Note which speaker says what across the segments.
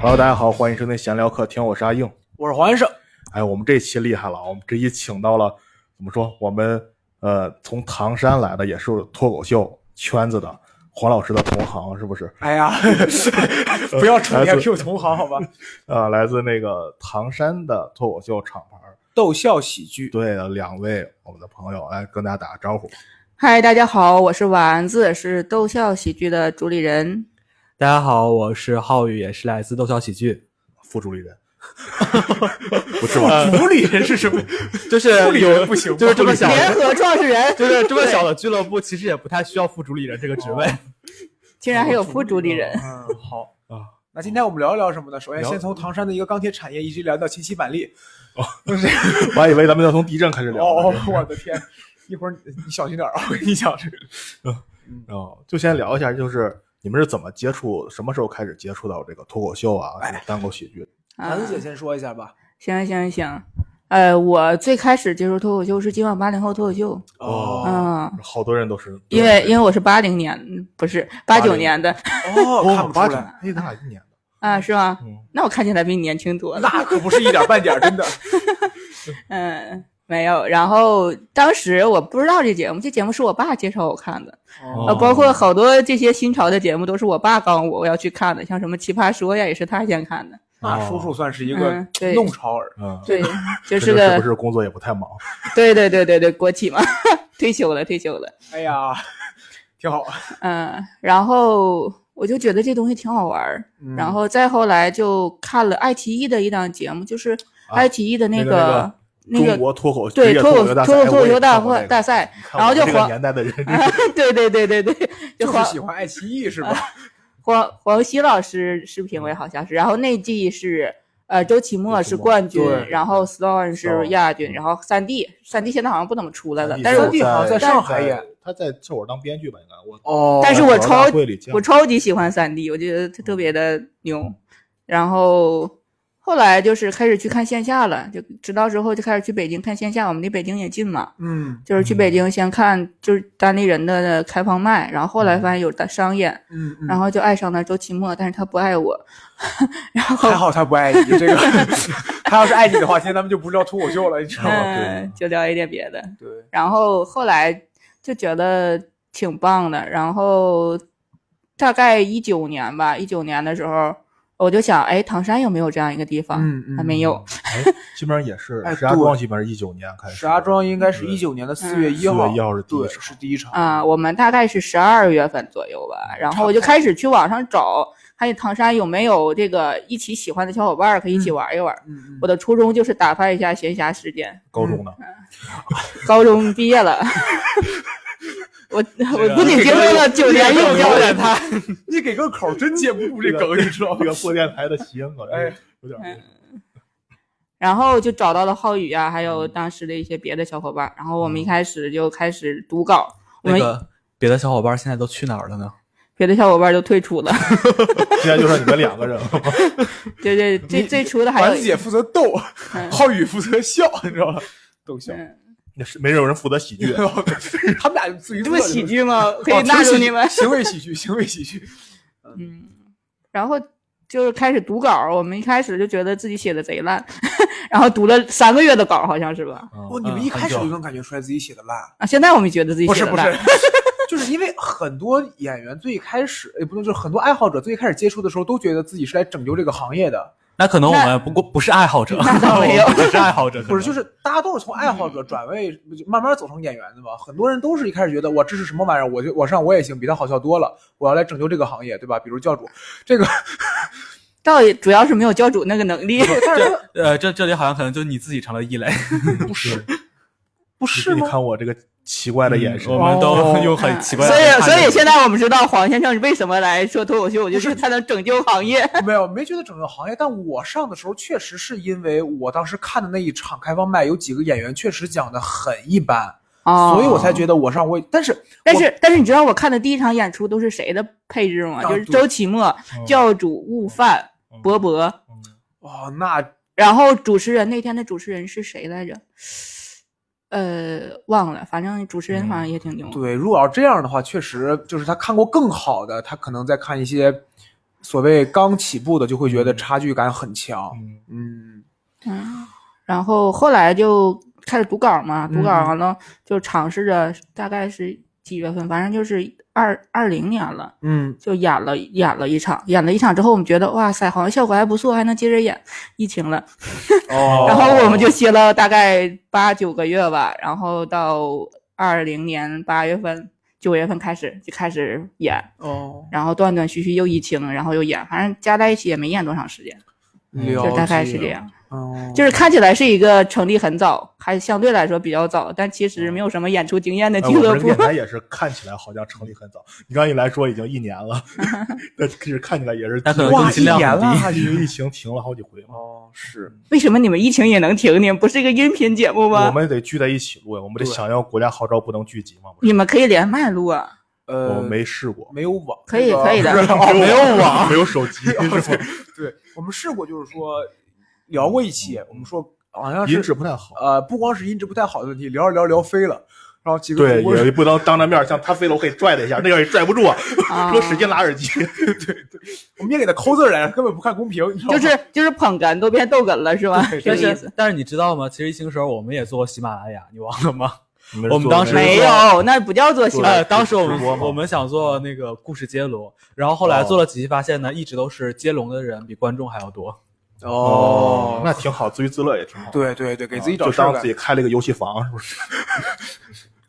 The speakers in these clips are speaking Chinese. Speaker 1: Hello，大家好，欢迎收听闲聊客厅，我是阿硬。
Speaker 2: 我是黄先生，
Speaker 1: 哎，我们这期厉害了，我们这一请到了怎么说？我们呃从唐山来的，也是脱口秀圈子的黄老师的同行，是不是？
Speaker 2: 哎呀， 不要重
Speaker 1: 来
Speaker 2: 叠
Speaker 1: 自
Speaker 2: Q 同行好吧？
Speaker 1: 呃，来自那个唐山的脱口秀厂牌儿。
Speaker 2: 逗笑喜剧，
Speaker 1: 对的，两位我们的朋友来跟大家打个招呼。
Speaker 3: 嗨，大家好，我是丸子，是逗笑喜剧的主理人。
Speaker 4: 大家好，我是浩宇，也是来自逗笑喜 剧，
Speaker 1: 副主理人， 不是吧？
Speaker 2: 主理人是什么？
Speaker 4: 就是
Speaker 2: 主理人
Speaker 4: 有
Speaker 2: 不行吗
Speaker 4: 就是这么小
Speaker 3: 联
Speaker 4: 的，
Speaker 3: 合创始人，
Speaker 4: 就是这么小的俱乐部，其实也不太需要副主理人这个职位。
Speaker 3: 竟然还有副主理人。
Speaker 2: 嗯，好
Speaker 1: 啊。
Speaker 2: 那今天我们聊一聊什么呢？首先，
Speaker 1: 聊
Speaker 2: 先从唐山的一个钢铁产业一直聊到秦西板栗。
Speaker 1: 我还以为咱们要从地震开始聊呢。
Speaker 2: 哦，我的天！一会儿你你小心点儿啊！我跟你讲，这个
Speaker 1: 然后哦就先聊一下，就是你们是怎么接触，什么时候开始接触到这个脱口秀啊、
Speaker 2: 哎
Speaker 1: 这个单口喜剧？
Speaker 3: 啊
Speaker 2: 丸子姐先说一下吧。
Speaker 3: 行行行，呃，我最开始接触脱口秀是今晚八零后脱口秀，
Speaker 1: 哦
Speaker 3: 嗯，
Speaker 1: 好多人都是
Speaker 3: 因为因为我是八零年，嗯不是八九
Speaker 1: 80
Speaker 3: 年的
Speaker 2: 哦，看
Speaker 1: 哦，
Speaker 2: 不
Speaker 1: 八
Speaker 2: 出
Speaker 1: 九，
Speaker 2: 来，
Speaker 1: 哎，咱俩一年的，
Speaker 3: 啊，是吗？
Speaker 1: 嗯，
Speaker 3: 那我看起来比你年轻多了。
Speaker 2: 那可不是一点半点儿，真的。
Speaker 3: 嗯，没有。然后当时我不知道这节目，这节目是我爸介绍我看的，呃，
Speaker 1: 哦
Speaker 3: 包括好多这些新潮的节目都是我爸告诉我我要去看的，像什么《奇葩说》呀，也是他先看的。
Speaker 2: 那叔叔算是一个
Speaker 3: 嗯对
Speaker 2: 弄潮儿，
Speaker 1: 嗯，
Speaker 3: 对，就
Speaker 1: 这
Speaker 3: 是
Speaker 1: 个
Speaker 3: 个
Speaker 1: 是不是工作也不太忙？
Speaker 3: 对对对对对，国企嘛，退休了，退休了。
Speaker 2: 哎呀，挺好。
Speaker 3: 嗯，然后我就觉得这东西挺好玩儿，
Speaker 2: 嗯
Speaker 3: 然后再后来就看了爱奇艺的一档节目，就是
Speaker 1: 啊
Speaker 3: 爱奇艺的
Speaker 1: 那个
Speaker 3: 个 那
Speaker 1: 中
Speaker 3: 个
Speaker 1: 国脱口职
Speaker 3: 对
Speaker 1: 业
Speaker 3: 脱
Speaker 1: 口
Speaker 3: 口
Speaker 1: 秀
Speaker 3: 脱
Speaker 1: 大
Speaker 3: 口
Speaker 1: 赛，
Speaker 3: 脱口秀大
Speaker 1: 会
Speaker 3: 会大，赛，
Speaker 1: 你看
Speaker 3: 然后
Speaker 1: 我
Speaker 3: 就
Speaker 1: 这个
Speaker 3: 黄
Speaker 1: 年代 的人，
Speaker 3: 对对对对 对，
Speaker 2: 就
Speaker 3: 就是黄
Speaker 2: 喜欢爱奇艺是
Speaker 3: 呃
Speaker 2: 吧？
Speaker 3: 黄黄西老师是评委好像是，然后那季是。呃，周奇墨
Speaker 1: 嗯周奇
Speaker 3: 是
Speaker 1: 墨
Speaker 3: 冠军
Speaker 2: 对，
Speaker 3: 然后 Stone 是
Speaker 1: Stone
Speaker 3: 亚军，然后三 D 三 D 现在好像不怎么出来了，但
Speaker 2: 三
Speaker 3: 是
Speaker 1: 我
Speaker 2: D
Speaker 3: 我
Speaker 2: 好像
Speaker 1: 在
Speaker 2: 在上海演，
Speaker 1: 他在这会儿当编剧吧，应该我。
Speaker 2: 哦
Speaker 3: 但是我
Speaker 1: 在
Speaker 3: 超
Speaker 1: 大会里见嗯过
Speaker 3: 我超级喜欢三 D，我觉得它特别的牛。然后后来就是开始去看线下了，就知道之后就开始去北京看线下，我们离北京也近嘛，
Speaker 2: 嗯
Speaker 3: 就是去北京先看就是单立人的开放麦，然后后来
Speaker 1: 嗯
Speaker 3: 发现有的商演，
Speaker 2: 嗯嗯
Speaker 3: 然后就爱上了周奇墨，但是他不爱我，
Speaker 1: 哦
Speaker 3: 然 后
Speaker 2: 还好他不爱你， 这个他要是爱你的话，今天咱们就不聊脱口秀了，你知道吗？
Speaker 3: 嗯、就聊一点别的，
Speaker 2: 对，
Speaker 3: 然后后来就觉得挺棒的，然后大概一九年吧，一九年的时候，我就想，哎，唐山有没有这样一个地方？
Speaker 2: 嗯嗯
Speaker 3: 还没有。
Speaker 1: 哎，基本上也是
Speaker 2: 哎
Speaker 1: 石家
Speaker 2: 对
Speaker 1: 庄，基本上一九年开始。
Speaker 2: 石家庄应该是
Speaker 1: 对
Speaker 2: 一九年的
Speaker 3: 嗯
Speaker 2: 四月一号，
Speaker 1: 4月1号是第一
Speaker 2: 对
Speaker 1: 场
Speaker 2: 是第一场
Speaker 3: 啊、我们大概是十二月份左右吧，然后我就开始去网上找，看唐山有没有这个一起喜欢的小伙伴儿可以一起玩一玩。
Speaker 2: 嗯
Speaker 3: 我的初衷就是打发一下闲暇时间。
Speaker 1: 高中呢，
Speaker 3: 高中毕业了， 我我不仅经历了九年幼教 的他，
Speaker 2: 嗯，你给个口儿真接不住这梗，你知道吗
Speaker 1: 这？个破电台的谐音梗，
Speaker 2: 哎，
Speaker 1: 有点儿
Speaker 3: 然后就找到了浩宇啊，还有当时的一些别的小伙伴儿。然后我们一开始就开始读稿，我
Speaker 4: 那
Speaker 3: 们
Speaker 4: 个别的小伙伴现在都去哪儿了呢？
Speaker 3: 别的小伙伴儿都退出了。
Speaker 1: 现在就剩你们两个人了。
Speaker 3: 对对，最最初的还
Speaker 2: 丸
Speaker 3: 有
Speaker 2: 子
Speaker 3: 一
Speaker 2: 姐
Speaker 3: 个，
Speaker 2: 负责逗，
Speaker 3: 嗯
Speaker 2: 浩宇负责笑，你知道吗？逗笑，
Speaker 3: 嗯
Speaker 1: 那是没有人负责喜剧，
Speaker 2: 他们俩就自娱自
Speaker 3: 这不
Speaker 2: 乐。
Speaker 3: 喜剧吗？可
Speaker 2: 哦
Speaker 3: 以纳
Speaker 2: 挺
Speaker 3: 入
Speaker 2: 喜
Speaker 3: 你们。
Speaker 2: 行为喜剧，行为喜剧，
Speaker 3: 嗯，然后就是开始读稿儿，我们一开始就觉得自己写的贼烂， 然后读了三个月的稿儿，好像是吧？
Speaker 1: 嗯
Speaker 2: 哦，你们一开始就能感觉出来自己写的烂，
Speaker 3: 啊，现在我们觉得自己
Speaker 2: 不
Speaker 3: 写
Speaker 2: 是
Speaker 3: 的
Speaker 2: 不 是
Speaker 3: 烂，，
Speaker 2: 就是因为很多演员最开始，也不能就是很多爱好者最开始接触的时候，都觉得自己是来拯救这个行业的，
Speaker 4: 那可能我们不过不是爱好者，
Speaker 3: 那倒没有
Speaker 4: 不是爱好者，
Speaker 2: 不是就是是大家都是从爱好者转为就慢慢走成演员的嘛。很多人都是一开始觉得我这是什么玩意儿，我就我上我也行，比他好笑多了，我要来拯救这个行业，对吧？比如教主这个，
Speaker 3: 倒也主要是没有教主那个能力。
Speaker 2: 但是他
Speaker 4: 呃，这这里好像可能就你自己成了异类，
Speaker 2: 不是不是
Speaker 1: 你你
Speaker 2: 吗？
Speaker 1: 看我这个奇怪的眼神
Speaker 4: 嗯
Speaker 3: 嗯
Speaker 4: 我，们都
Speaker 2: 哦
Speaker 4: 用很奇怪的
Speaker 3: 所
Speaker 4: 眼
Speaker 3: 以，
Speaker 4: 神看着
Speaker 3: 所
Speaker 4: 你，
Speaker 3: 以现在我们知道黄先生为什么来说脱口秀，我就是他能拯救行业。
Speaker 2: 没有，没觉得整个行业。但我上的时候，确实是因为我当时看的那一场开放麦，有几个演员确实讲的很一般，
Speaker 3: 哦
Speaker 2: 所以我才觉得我上我也。但是
Speaker 3: 但
Speaker 2: 我
Speaker 3: 是但是你知道我看的第一场演出都是谁的配置吗？
Speaker 2: 啊
Speaker 3: 就是
Speaker 2: 对嗯
Speaker 3: 周奇墨、教主、悟饭、
Speaker 1: 嗯
Speaker 3: 博博，
Speaker 1: 嗯
Speaker 2: 哦，那
Speaker 3: 然后主持人那天的主持人是谁来着？呃，忘了，反正主持人好
Speaker 2: 嗯
Speaker 3: 像也挺牛。
Speaker 2: 对，如果要这样的话，确实就是他看过更好的，他可能在看一些所谓刚起步的就会觉得差距感很强。
Speaker 1: 嗯，
Speaker 2: 嗯
Speaker 3: 嗯，然后后来就开始读稿嘛，读稿
Speaker 2: 嗯
Speaker 3: 完了就尝试着，大概是几月份，反正就是二二零年了，
Speaker 2: 嗯
Speaker 3: 就演了演了一场，演了一场之后，我们觉得哇塞，好像效果还不错，还能接着演。疫情了，
Speaker 2: 哦
Speaker 3: 嗯然后我们就歇了大概八九个月吧，然后到二零年八月份、九月份开始就开始演，
Speaker 2: 哦，
Speaker 3: 然后断断续续又疫情，然后又演，反正加在一起也没演多长时间，
Speaker 2: 了
Speaker 3: 嗯就大概是
Speaker 2: 解
Speaker 3: 这样。。
Speaker 2: 哦，
Speaker 3: 就是看起来是一个成立很早，还相对来说比较早，但其实没有什么演出经验的
Speaker 1: 哎嗯
Speaker 3: 俱
Speaker 1: 我
Speaker 3: 乐
Speaker 1: 们
Speaker 3: 部
Speaker 1: 电。台也是看起来好像成立很早，你刚一来说已经一年 了，但是看起来也是，
Speaker 4: 那可能
Speaker 2: 哇，
Speaker 4: 更
Speaker 2: 一
Speaker 4: 新量
Speaker 2: 年了
Speaker 4: 很低
Speaker 2: 还
Speaker 1: 因为
Speaker 2: 是
Speaker 1: 疫情停了好几 回嘛。
Speaker 2: 哦是
Speaker 3: 为什么你们疫情也能停？你们不是一个音频节目
Speaker 1: 我
Speaker 3: 吗？
Speaker 1: 们得聚在一起录呀，我们得
Speaker 2: 对
Speaker 1: 响应国家号召，不能聚集嘛。不
Speaker 3: 你
Speaker 1: 是
Speaker 3: 们可以连麦录啊！
Speaker 2: 呃
Speaker 1: 我没试 过，
Speaker 2: 没有网，
Speaker 3: 可以
Speaker 2: 这个
Speaker 3: 可以的
Speaker 2: 哦
Speaker 1: 没有网， 没有手机，是吧
Speaker 2: 对我们试过，就是说聊过一期，我们说好 像
Speaker 1: 音
Speaker 2: 是
Speaker 1: 质不太 好。
Speaker 2: 呃，不光是音质不太好的问题，聊着聊着聊飞了，然后几个
Speaker 1: 对，
Speaker 2: 主播
Speaker 1: 也不能当着面，像他飞了，我可以拽他一下，那样也拽不住啊，
Speaker 3: 啊
Speaker 1: 说使劲拉耳机。
Speaker 2: 我们也给他抠字儿来着，根本不看公屏，你知道
Speaker 3: 就
Speaker 2: 吗？
Speaker 3: 是就是捧哏都变逗哏了是吧？这
Speaker 4: 但
Speaker 3: 个意思
Speaker 4: 是。但是你知道吗？其实疫情时候我们也做过喜马拉雅，你忘了吗？
Speaker 1: 是
Speaker 4: 我们当时
Speaker 1: 做那个
Speaker 3: 没有，那不叫做喜
Speaker 1: 对
Speaker 3: 欢。
Speaker 4: 呃，当时我们
Speaker 1: 直播嘛
Speaker 4: 我们想做那个故事接龙，然后后来做了几期，发现呢，一直都是接龙的人比观众还要多。
Speaker 1: 哦，那挺好，自娱自乐也挺好。啊
Speaker 2: 对对对，给自己找
Speaker 1: 就
Speaker 2: 事儿
Speaker 1: 当自
Speaker 2: 干。
Speaker 1: 己开了一个游戏房，是不是？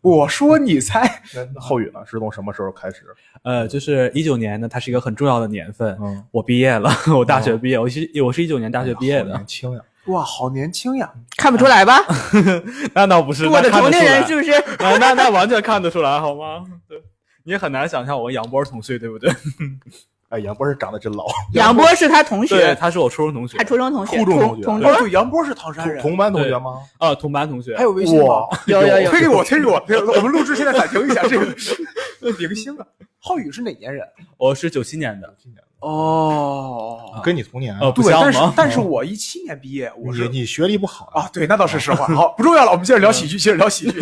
Speaker 2: 我说你猜，
Speaker 1: 后语呢？是从什么时候开始？
Speaker 4: 呃，就是一九年呢，它是一个很重要的年份，
Speaker 1: 嗯，
Speaker 4: 我毕业了，我大学毕业，我是我是一九年大学毕业
Speaker 1: 好
Speaker 4: 的
Speaker 1: 年，轻呀，
Speaker 2: 哇，好年轻呀！
Speaker 3: 看不出来吧？
Speaker 4: 那倒不是，
Speaker 3: 我的
Speaker 4: 那看
Speaker 3: 同龄
Speaker 4: 得出来
Speaker 3: 人是不是？
Speaker 4: 啊，那那完全看得出来，好吗？对，你也很难想象我跟杨波同岁，对不对？
Speaker 1: 哎，杨波是长得真老，
Speaker 3: 杨波是他同
Speaker 4: 对，
Speaker 3: 学，
Speaker 4: 他是我初中同学
Speaker 3: 他，初中同学，
Speaker 1: 初中同学
Speaker 3: 同
Speaker 2: 哦，
Speaker 3: 桌
Speaker 2: 对，杨波是唐山
Speaker 1: 同
Speaker 2: 人，
Speaker 1: 同班同学吗？
Speaker 4: 啊，同班同学
Speaker 2: 还。有微信吗？
Speaker 3: 有有有
Speaker 2: 推给我，推给我，推给我我们录制现在暂停一下，这个明星啊，浩宇是哪年人？
Speaker 4: 我是九七年的，
Speaker 2: 哦，
Speaker 1: 跟你同年。
Speaker 4: 呃，不
Speaker 2: 对，
Speaker 4: 像
Speaker 2: 但是
Speaker 4: 吗？
Speaker 2: 但是我一七年毕业，
Speaker 1: 哦
Speaker 2: 我
Speaker 1: 你
Speaker 2: 是
Speaker 1: 你学历不好
Speaker 2: 啊，，对，那倒是实话。好，不重要了，我们接着聊喜
Speaker 1: 嗯
Speaker 2: 剧，接着聊喜剧。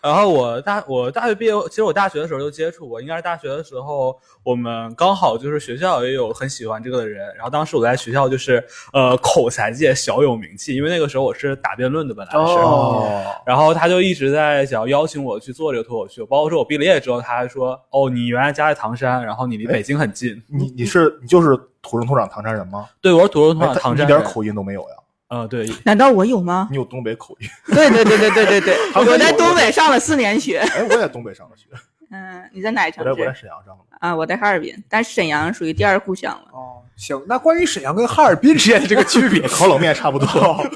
Speaker 4: 然后我大我大学毕业，其实我大学的时候就接触过，应该是大学的时候，我们刚好就是学校也有很喜欢这个的人，然后当时我在学校就是呃口才界小有名气，因为那个时候我是打辩论的，本来是。
Speaker 2: 哦
Speaker 4: 然后他就一直在想要邀请我去做这个脱口秀，包括说我毕了业之后，他还说：“哦，你原来家在唐山，然后你离北京 很近。
Speaker 1: 你你是你就是土生土长唐山人吗？
Speaker 4: 对，我是土生土
Speaker 1: 哎
Speaker 4: 长
Speaker 1: 他
Speaker 4: 唐
Speaker 1: 一
Speaker 4: 山人。
Speaker 1: 点口音都没有呀，
Speaker 4: 嗯，对，
Speaker 3: 难道我有吗？
Speaker 1: 你有东北口音。
Speaker 3: 对对对对对对对，我在东北上了四年学。
Speaker 1: 哎，我也在东北上的学，
Speaker 3: 嗯，你在哪个
Speaker 1: 我
Speaker 3: 城
Speaker 1: 在我在
Speaker 3: 市
Speaker 1: 沈阳上的。
Speaker 3: 啊？我在哈尔滨，但沈阳属于第二故乡了。
Speaker 2: 哦，行，那关于沈阳跟哈尔滨之间的这个区别，
Speaker 1: 烤冷面差 不多，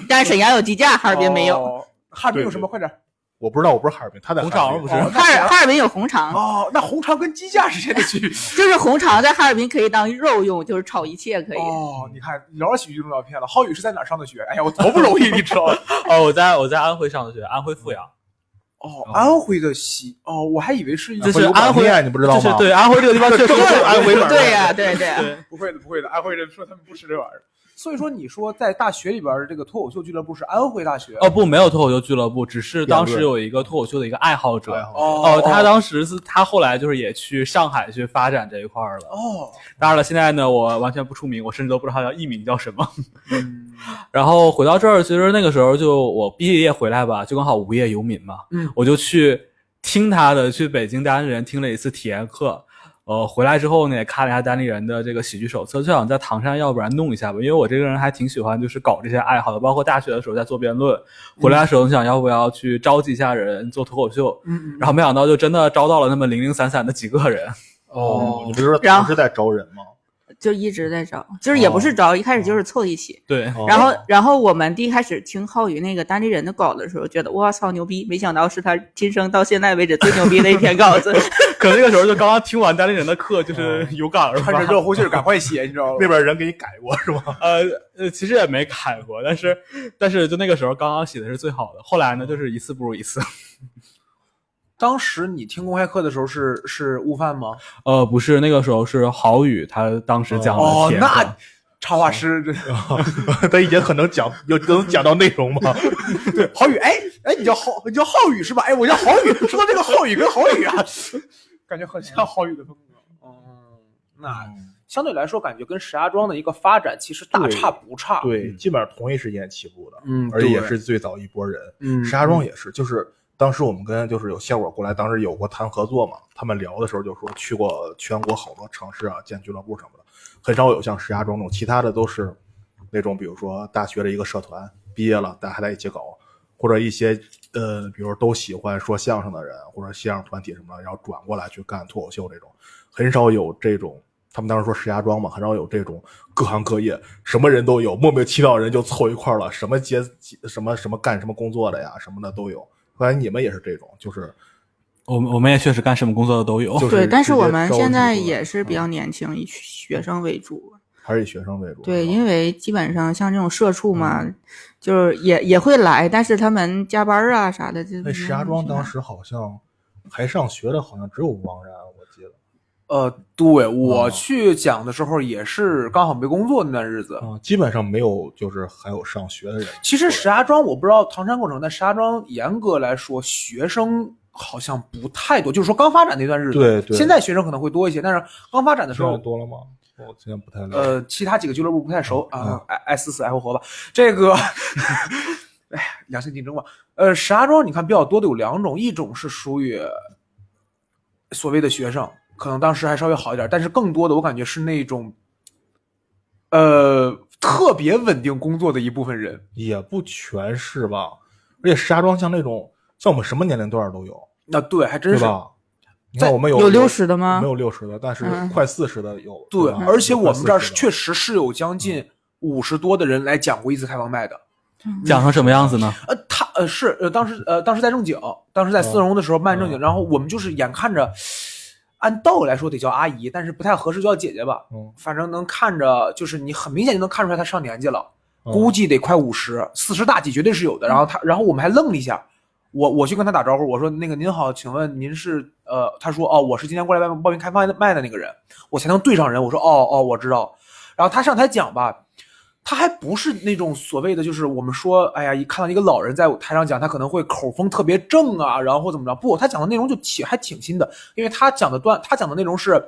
Speaker 3: 但是沈阳有鸡架，哈尔滨没有。
Speaker 2: 哦。哈尔滨有什么？快点儿！
Speaker 1: 我不知道，我不是哈尔滨，他在
Speaker 4: 红
Speaker 1: 哈尔
Speaker 4: 肠
Speaker 1: 滨啊
Speaker 4: 不是
Speaker 2: 哦
Speaker 3: 哈尔哈尔滨有红肠，
Speaker 2: 哦，那红肠跟鸡架之间的区别。
Speaker 3: 就是红肠在哈尔滨可以当肉用，就是炒一切可以。
Speaker 2: 哦，你看聊到喜剧这种照片了。浩宇是在哪儿上的学？哎呀，我多 不 容易，你知道吗？
Speaker 4: 哦，我在我在安徽上的学，安徽阜阳，
Speaker 2: 哦，安徽的喜哦，我还以为是一
Speaker 4: 就
Speaker 2: 个
Speaker 4: 是
Speaker 1: 有
Speaker 4: 安
Speaker 1: 板
Speaker 4: 徽
Speaker 1: 面，你不知道
Speaker 4: 就
Speaker 1: 吗？
Speaker 4: 是对安徽这个地方 确实
Speaker 1: 这
Speaker 4: 是
Speaker 1: 是安徽板面
Speaker 3: 对呀、对对、
Speaker 4: 对
Speaker 2: 不会的，不会的，安徽人说他们不吃这玩意儿。所以说，你说在大学里边儿这个脱口秀俱乐部是安徽大学
Speaker 4: 哦不，没有脱口秀俱乐部，只是当
Speaker 1: 辩
Speaker 4: 时
Speaker 1: 论
Speaker 4: 有一个脱口秀的一个爱好者。
Speaker 1: 爱好者
Speaker 4: 哦
Speaker 2: 哦，
Speaker 4: 他当时是他后来就是也去上海去发展这一块儿了。
Speaker 2: 哦，
Speaker 4: 当然了，现在呢，我完全不出名，我甚至都不知道他叫艺名叫什么。
Speaker 2: 嗯
Speaker 4: 然后回到这儿，其实那个时候就我毕业回来吧，就刚好无业游民嘛，
Speaker 2: 嗯
Speaker 4: 我就去听他的，去北京单立人听了一次体验课。呃，回来之后呢，也看了一下单立人的这个喜剧手册，就想在唐山，要不然弄一下吧，因为我这个人还挺喜欢就是搞这些爱好的，包括大学的时候在做辩论，回来的时候想要不要去召集一下人做脱口秀，
Speaker 2: 嗯，
Speaker 4: 然后没想到就真的招到了那么零零散散的几个人，
Speaker 1: 哦
Speaker 2: 哦，
Speaker 1: 你不是说
Speaker 3: 然
Speaker 1: 同时在招人吗？
Speaker 3: 就一直在找，就是也不
Speaker 2: 哦
Speaker 3: 是找，一开始就是凑一起。
Speaker 4: 对，
Speaker 1: 哦
Speaker 3: 然后，然后我们第一开始听浩宇那个单立人的稿的时候，觉得哇操牛逼，没想到是他今生到现在为止最牛逼的一 篇稿子。
Speaker 4: 可能那个时候就刚刚听完单立乎人的课，就是有感而发，
Speaker 2: 哦看着热乎劲儿，赶快写，你知道吗？
Speaker 1: 那边人给你改过是吗？
Speaker 4: 呃呃，其实也没改过，但是但是就那个时候刚刚写的是最好的，后来呢就是一次不如一次。
Speaker 2: 当时你听公开课的时候是是悟饭吗？
Speaker 4: 呃，不是，那个时候是郝宇他当时讲
Speaker 2: 哦
Speaker 4: 的，帖子
Speaker 2: 那插画师 这
Speaker 1: 他已经很能讲，有能讲到内容吗？
Speaker 2: 对郝宇，哎哎，你叫郝你叫浩宇是吧？哎，我叫郝宇。说嗯
Speaker 1: 嗯
Speaker 2: 到这个浩宇跟郝宇啊，感觉很像郝宇的风格。哦，那相对来说感觉跟石家庄的一个发展其实大
Speaker 1: 对
Speaker 2: 差不差。，
Speaker 1: 对，基本上同一时间起步的，
Speaker 2: 啊嗯，
Speaker 1: 而且也
Speaker 2: 对，
Speaker 1: 是最早一波人。
Speaker 2: 嗯，
Speaker 1: 石家庄也是，就是当时我们跟就是有效果过来，当时有过谈合作嘛，他们聊的时候就说去过全国好多城市啊，建俱乐部什么的，很少有像石家庄那种，其他的都是那种比如说大学的一个社团，毕业了大家还在一起搞，或者一些呃，比如都喜欢说相声的人或者相声团体什么的，然后转过来去干脱口秀这种，很少有这种。他们当时说石家庄嘛，很少有这种各行各业什么人都有，莫名其妙人就凑一块儿了，什么结什么什么干什么工作的呀，什么的都有。看来你们也是这种，就是
Speaker 4: 我们我们也确实干什么工作的都有。
Speaker 1: 就是
Speaker 3: 对，但
Speaker 1: 直
Speaker 3: 是
Speaker 1: 接
Speaker 3: 我们
Speaker 1: 招
Speaker 3: 现
Speaker 1: 进
Speaker 3: 在
Speaker 1: 去的
Speaker 3: 也是比较
Speaker 1: 嗯
Speaker 3: 年轻，以学生为主。
Speaker 1: 还是以学生为主。
Speaker 3: 对，
Speaker 1: 是吧
Speaker 3: 因为基本上像这种社畜嘛，
Speaker 1: 嗯
Speaker 3: 就是也也会来，但是他们加班啊啥的，就
Speaker 1: 那石家庄当
Speaker 3: 时
Speaker 1: 时好像还上学的，好像只有王然，我记得。
Speaker 2: 呃，对我
Speaker 1: 哦
Speaker 2: 去讲的时候也是刚好没工作那段日子。
Speaker 1: 啊，基本上没有，就是还有上学的人。
Speaker 2: 其实石家庄我不知道唐山过程，但石家庄严格来说学生好像不太多，就是说刚发展那段日子。
Speaker 1: 对对
Speaker 2: 现在学生可能会多一些，但是刚发展的时
Speaker 1: 现在
Speaker 2: 候，
Speaker 1: 多了吗？我之前不太了解。
Speaker 2: 呃，其他几个俱乐部不太熟
Speaker 1: 嗯
Speaker 2: 啊，爱爱死死爱活活吧。这个， 哎，良性竞争吧。呃，石家庄你看比较多的有两种，一种是属于所谓的学生，可能当时还稍微好一点，但是更多的我感觉是那种，呃，特别稳定工作的一部分人。
Speaker 1: 也不全是吧。而且石家庄像那种，像我们什么年龄段儿都有，
Speaker 2: 那对，还真
Speaker 1: 对
Speaker 2: 是。
Speaker 1: 吧？你看我们
Speaker 3: 有六十的吗
Speaker 1: 没？有六十的，但是
Speaker 3: 嗯
Speaker 1: 快四十的有。
Speaker 2: 对，
Speaker 1: 吧
Speaker 2: 而且我们这
Speaker 1: 嗯快
Speaker 2: 儿
Speaker 1: 40的嗯
Speaker 2: 确实是有将近五十多的人来讲过一次开放麦的。
Speaker 4: 讲成什么样子呢？
Speaker 2: 呃，他呃是呃当时呃当时在正经，当时在四荣的时候办正经，
Speaker 1: 嗯
Speaker 2: 然后我们就是眼看着，按道理来说得叫阿姨，但是不太合适叫姐姐吧，
Speaker 1: 嗯
Speaker 2: 反正能看着就是你很明显就能看出来她上年纪了，
Speaker 1: 嗯
Speaker 2: 估计得快五十，四十大几绝对是有的。然后她，然后我们还愣了一下，我我去跟她打招呼，我说那个您好，请问您是呃，她说哦我是今天过来报报名开放麦的那个人，我才能对上人。我说哦哦我知道，然后她上台讲吧。他还不是那种所谓的，就是我们说，哎呀，一看到一个老人在台上讲，他可能会口风特别正啊，然后或怎么着？不，他讲的内容就挺还挺新的，因为他讲的段，他讲的内容是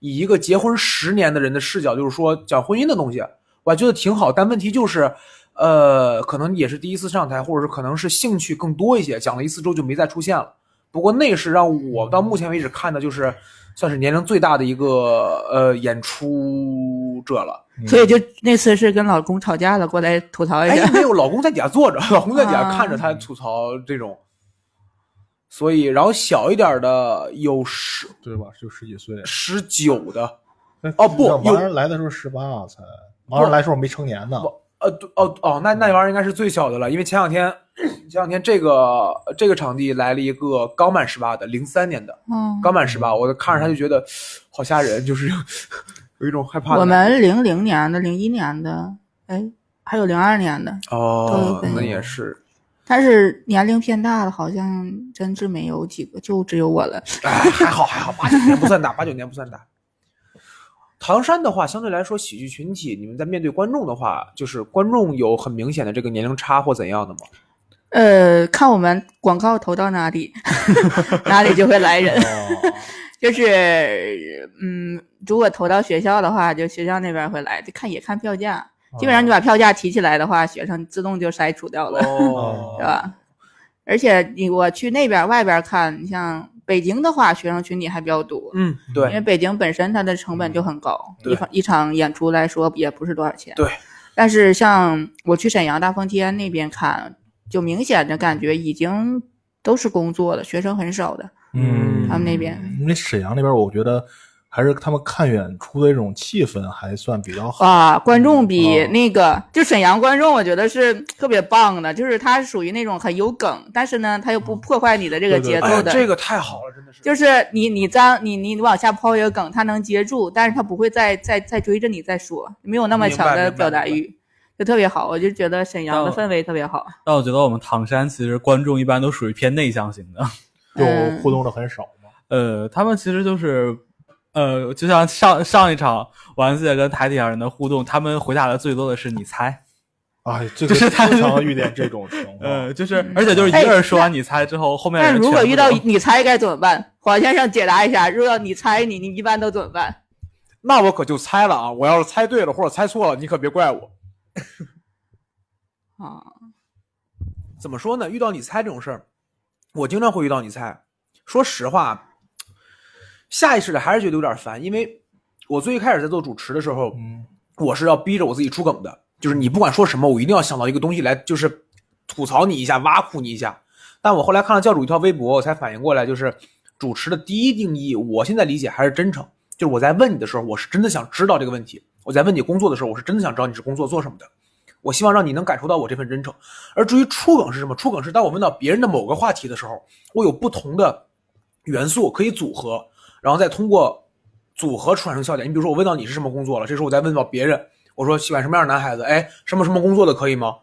Speaker 2: 以一个结婚十年的人的视角，就是说讲婚姻的东西，啊我还觉得挺好。但问题就是，呃，可能也是第一次上台，或者是可能是兴趣更多一些，讲了一次之后就没再出现了。不过那是让我到目前为止看的，就是算是年龄最大的一个呃演出者了。
Speaker 3: 所以就那次是跟老公吵架了，过来吐槽一下。
Speaker 2: 哎，没有，老公在底下坐着，老公在底下
Speaker 3: 啊
Speaker 2: 看着他吐槽这种。所以，然后小一点的有十
Speaker 1: 对吧？就十几岁。
Speaker 2: 十九的，
Speaker 1: 那
Speaker 2: 哦不有
Speaker 1: 王然来的时候十八啊才，王然来的时候没成年呢。嗯
Speaker 2: 呃，对哦哦，那那玩意儿应该是最小的了，因为前两天前两天这个这个场地来了一个刚满十八的，零三年的
Speaker 3: 嗯
Speaker 2: 刚满十八，我看着他就觉得好吓人，就是 有一种害怕的
Speaker 3: 我
Speaker 2: 感觉。
Speaker 3: 们零零年的、零一年的，哎，还有零二年的，
Speaker 2: 哦
Speaker 3: 对，对
Speaker 2: 那也是，
Speaker 3: 但是年龄偏大了，好像真是没有几个，就只有我了。
Speaker 2: 哎，还好还好，八九年不算大，八九年不算大。唐山的话，相对来说，喜剧群体，你们在面对观众的话，就是观众有很明显的这个年龄差或怎样的吗？
Speaker 3: 呃，看我们广告投到哪里，哪里就会来人。
Speaker 1: 哦
Speaker 3: 就是，嗯，如果投到学校的话，就学校那边会来，就看也看票价。基本上你把票价提起来的话，学生自动就筛除掉了，
Speaker 2: 哦
Speaker 3: 是吧？而且你我去那边外边看，你像北京的话，学生群体还比较多，
Speaker 2: 嗯，
Speaker 3: 因为
Speaker 2: 对，嗯
Speaker 3: 北京本身它的成本就很高，
Speaker 2: 对
Speaker 3: 一场一场演出来说也不是多少钱。
Speaker 2: 对。
Speaker 3: 但是像我去沈阳大风天那边看，就明显的感觉已经都是工作的，学生很少的。
Speaker 1: 嗯，
Speaker 3: 他们那边
Speaker 1: 因为沈阳那边，我觉得还是他们看演出的这种气氛还算比较好。
Speaker 2: 啊
Speaker 3: 哇，
Speaker 2: 嗯
Speaker 3: 观众比
Speaker 1: 哦
Speaker 3: 那个、就沈阳观众，我觉得是特别棒的，就是他属于那种很有梗，但是呢，他又
Speaker 2: 嗯
Speaker 3: 不破坏你的这个
Speaker 1: 对对
Speaker 3: 节奏
Speaker 2: 哎
Speaker 3: 的。
Speaker 2: 呀，这个太好了，真的是。
Speaker 3: 就是你你在你你往下抛一个梗，他能接住，但是他不会再再再追着你再说，没有那么强的表达
Speaker 2: 明
Speaker 3: 欲，就特别好。我就觉得沈阳的
Speaker 4: 到
Speaker 3: 氛围特别好，
Speaker 4: 但我觉得我们唐山其实观众一般都属于偏内向型的，
Speaker 1: 就
Speaker 3: 嗯
Speaker 1: 互动的很少
Speaker 2: 啊
Speaker 1: 嘛。
Speaker 4: 呃，他们其实就是，呃，就像上上一场丸子姐跟台底下人的互动，他们回答的最多的是你猜，
Speaker 1: 哎， 这
Speaker 4: 就
Speaker 1: 个
Speaker 4: 是他
Speaker 1: 经常遇见这种情况。
Speaker 2: 哦嗯
Speaker 4: 呃，就是而且就是一个人说完你猜之后，后面
Speaker 3: 嗯哎但
Speaker 4: 人
Speaker 3: 如果
Speaker 4: 全部
Speaker 3: 遇到
Speaker 4: 都
Speaker 3: 你猜该怎么办？黄先生解答一下，如果你猜你，你一般都怎么办？
Speaker 2: 那我可就猜了啊！我要是猜对了或者猜错了，你可别怪我。
Speaker 3: 啊，
Speaker 2: 怎么说呢？遇到你猜这种事儿，我经常会遇到你猜。说实话，下意识的还是觉得有点烦，因为我最开始在做主持的时候，
Speaker 1: 嗯，
Speaker 2: 我是要逼着我自己出梗的，就是你不管说什么，我一定要想到一个东西来，就是吐槽你一下，挖苦你一下。但我后来看了教主一条微博，我才反应过来，就是主持的第一定义，我现在理解还是真诚，就是我在问你的时候，我是真的想知道这个问题；我在问你工作的时候，我是真的想知道你是工作做什么的。我希望让你能感受到我这份真诚。而至于出梗是什么，出梗是当我问到别人的某个话题的时候，我有不同的元素可以组合，然后再通过组合产生笑点。你比如说，我问到你是什么工作了，这时候我再问到别人，我说喜欢什么样的男孩子？哎，什么什么工作的可以吗？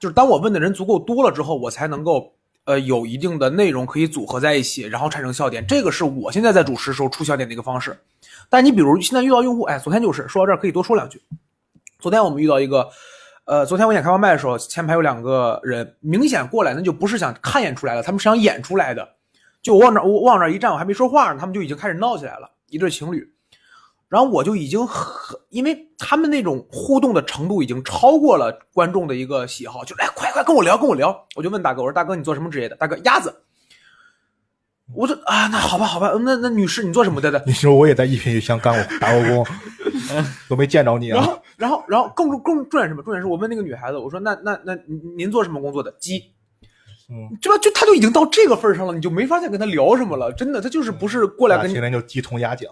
Speaker 2: 就是当我问的人足够多了之后，我才能够呃有一定的内容可以组合在一起，然后产生笑点。这个是我现在在主持时候出笑点的一个方式。但你比如现在遇到用户，哎，昨天就是说到这儿可以多说两句。昨天我们遇到一个，呃，昨天我演开放麦的时候，前排有两个人明显过来，那就不是想看演出来了，他们是想演出来的。就我往那我往那一站，我还没说话呢，他们就已经开始闹起来了，一对情侣。然后我就已经很，因为他们那种互动的程度已经超过了观众的一个喜好，就是哎，快快跟我聊，跟我聊。我就问大哥，我说大哥你做什么职业的？大哥鸭子。我说啊，那好吧，好吧，那那女士你做什么的的？
Speaker 1: 你说我也在一品一乡干过打过 工，都没见着你
Speaker 2: 然
Speaker 1: 啊。
Speaker 2: 后，然后，然后更更重点是什么？重点是我问那个女孩子，我说那那那您您做什么工作的？鸡，
Speaker 1: 嗯，
Speaker 2: 对吧？就他就已经到这个份儿上了，你就没法再跟他聊什么了。真的，他就是不是过来
Speaker 1: 那
Speaker 2: 跟你
Speaker 1: 今，天就鸡同鸭讲，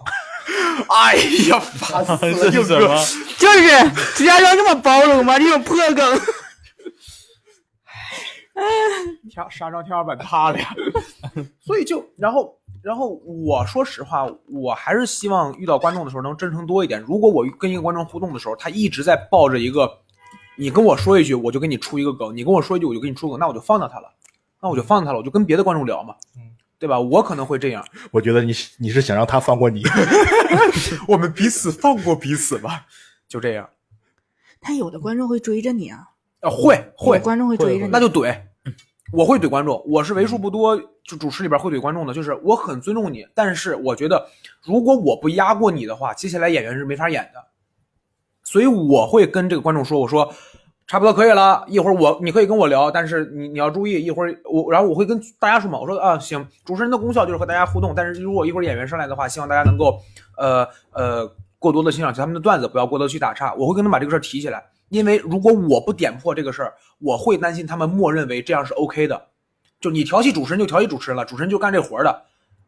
Speaker 2: 哎呀，烦死了，
Speaker 4: 这
Speaker 2: 硬
Speaker 4: 是什
Speaker 2: 哥
Speaker 4: 么。？
Speaker 3: 就是石家庄这么包容吗？这种破梗，
Speaker 2: 天沙张天花板塌了 呀。所以就然后然后我说实话，我还是希望遇到观众的时候能真诚多一点。如果我跟一个观众互动的时候，他一直在抱着一个你跟我说一句我就给你出一个梗，你跟我说一句我就给你出梗，那我就放掉他了，那我就放掉他了，我就跟别的观众聊嘛
Speaker 1: 嗯。
Speaker 2: 对吧？我可能会这样，
Speaker 1: 我觉得你你是想让他放过你，
Speaker 2: 我们彼此放过彼此吧，就这样。
Speaker 3: 但有的观众会追着你啊，
Speaker 2: 啊，会
Speaker 3: 有
Speaker 2: 会，
Speaker 3: 观众会追着你，
Speaker 2: 那就怼，我会怼观众，我是为数不多就主持里边会怼观众的，就是我很尊重你，但是我觉得如果我不压过你的话，接下来演员是没法演的，所以我会跟这个观众说，我说差不多可以了，一会儿我你可以跟我聊，但是你你要注意，一会儿我然后我会跟大家说嘛，我说啊行，主持人的功效就是和大家互动，但是如果一会儿演员上来的话，希望大家能够呃呃过多的欣赏他们的段子，不要过多地去打岔，我会跟他们把这个事儿提起来。因为如果我不点破这个事儿，我会担心他们默认为这样是 OK 的。就你调戏主持人就调戏主持人了，主持人就干这活儿的，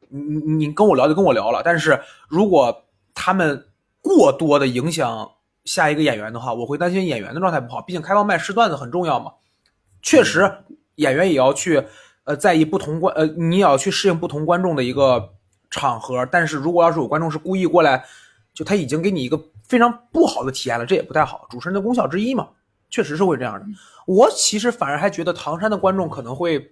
Speaker 2: 你你你跟我聊就跟我聊了。但是如果他们过多的影响下一个演员的话，我会担心演员的状态不好。毕竟开放麦试段子很重要嘛，确实演员也要去呃在意不同观呃你也要去适应不同观众的一个场合。但是如果要是有观众是故意过来，就他已经给你一个非常不好的体验了，这也不太好。主持人的功效之一嘛，确实是会这样的。我其实反而还觉得唐山的观众可能会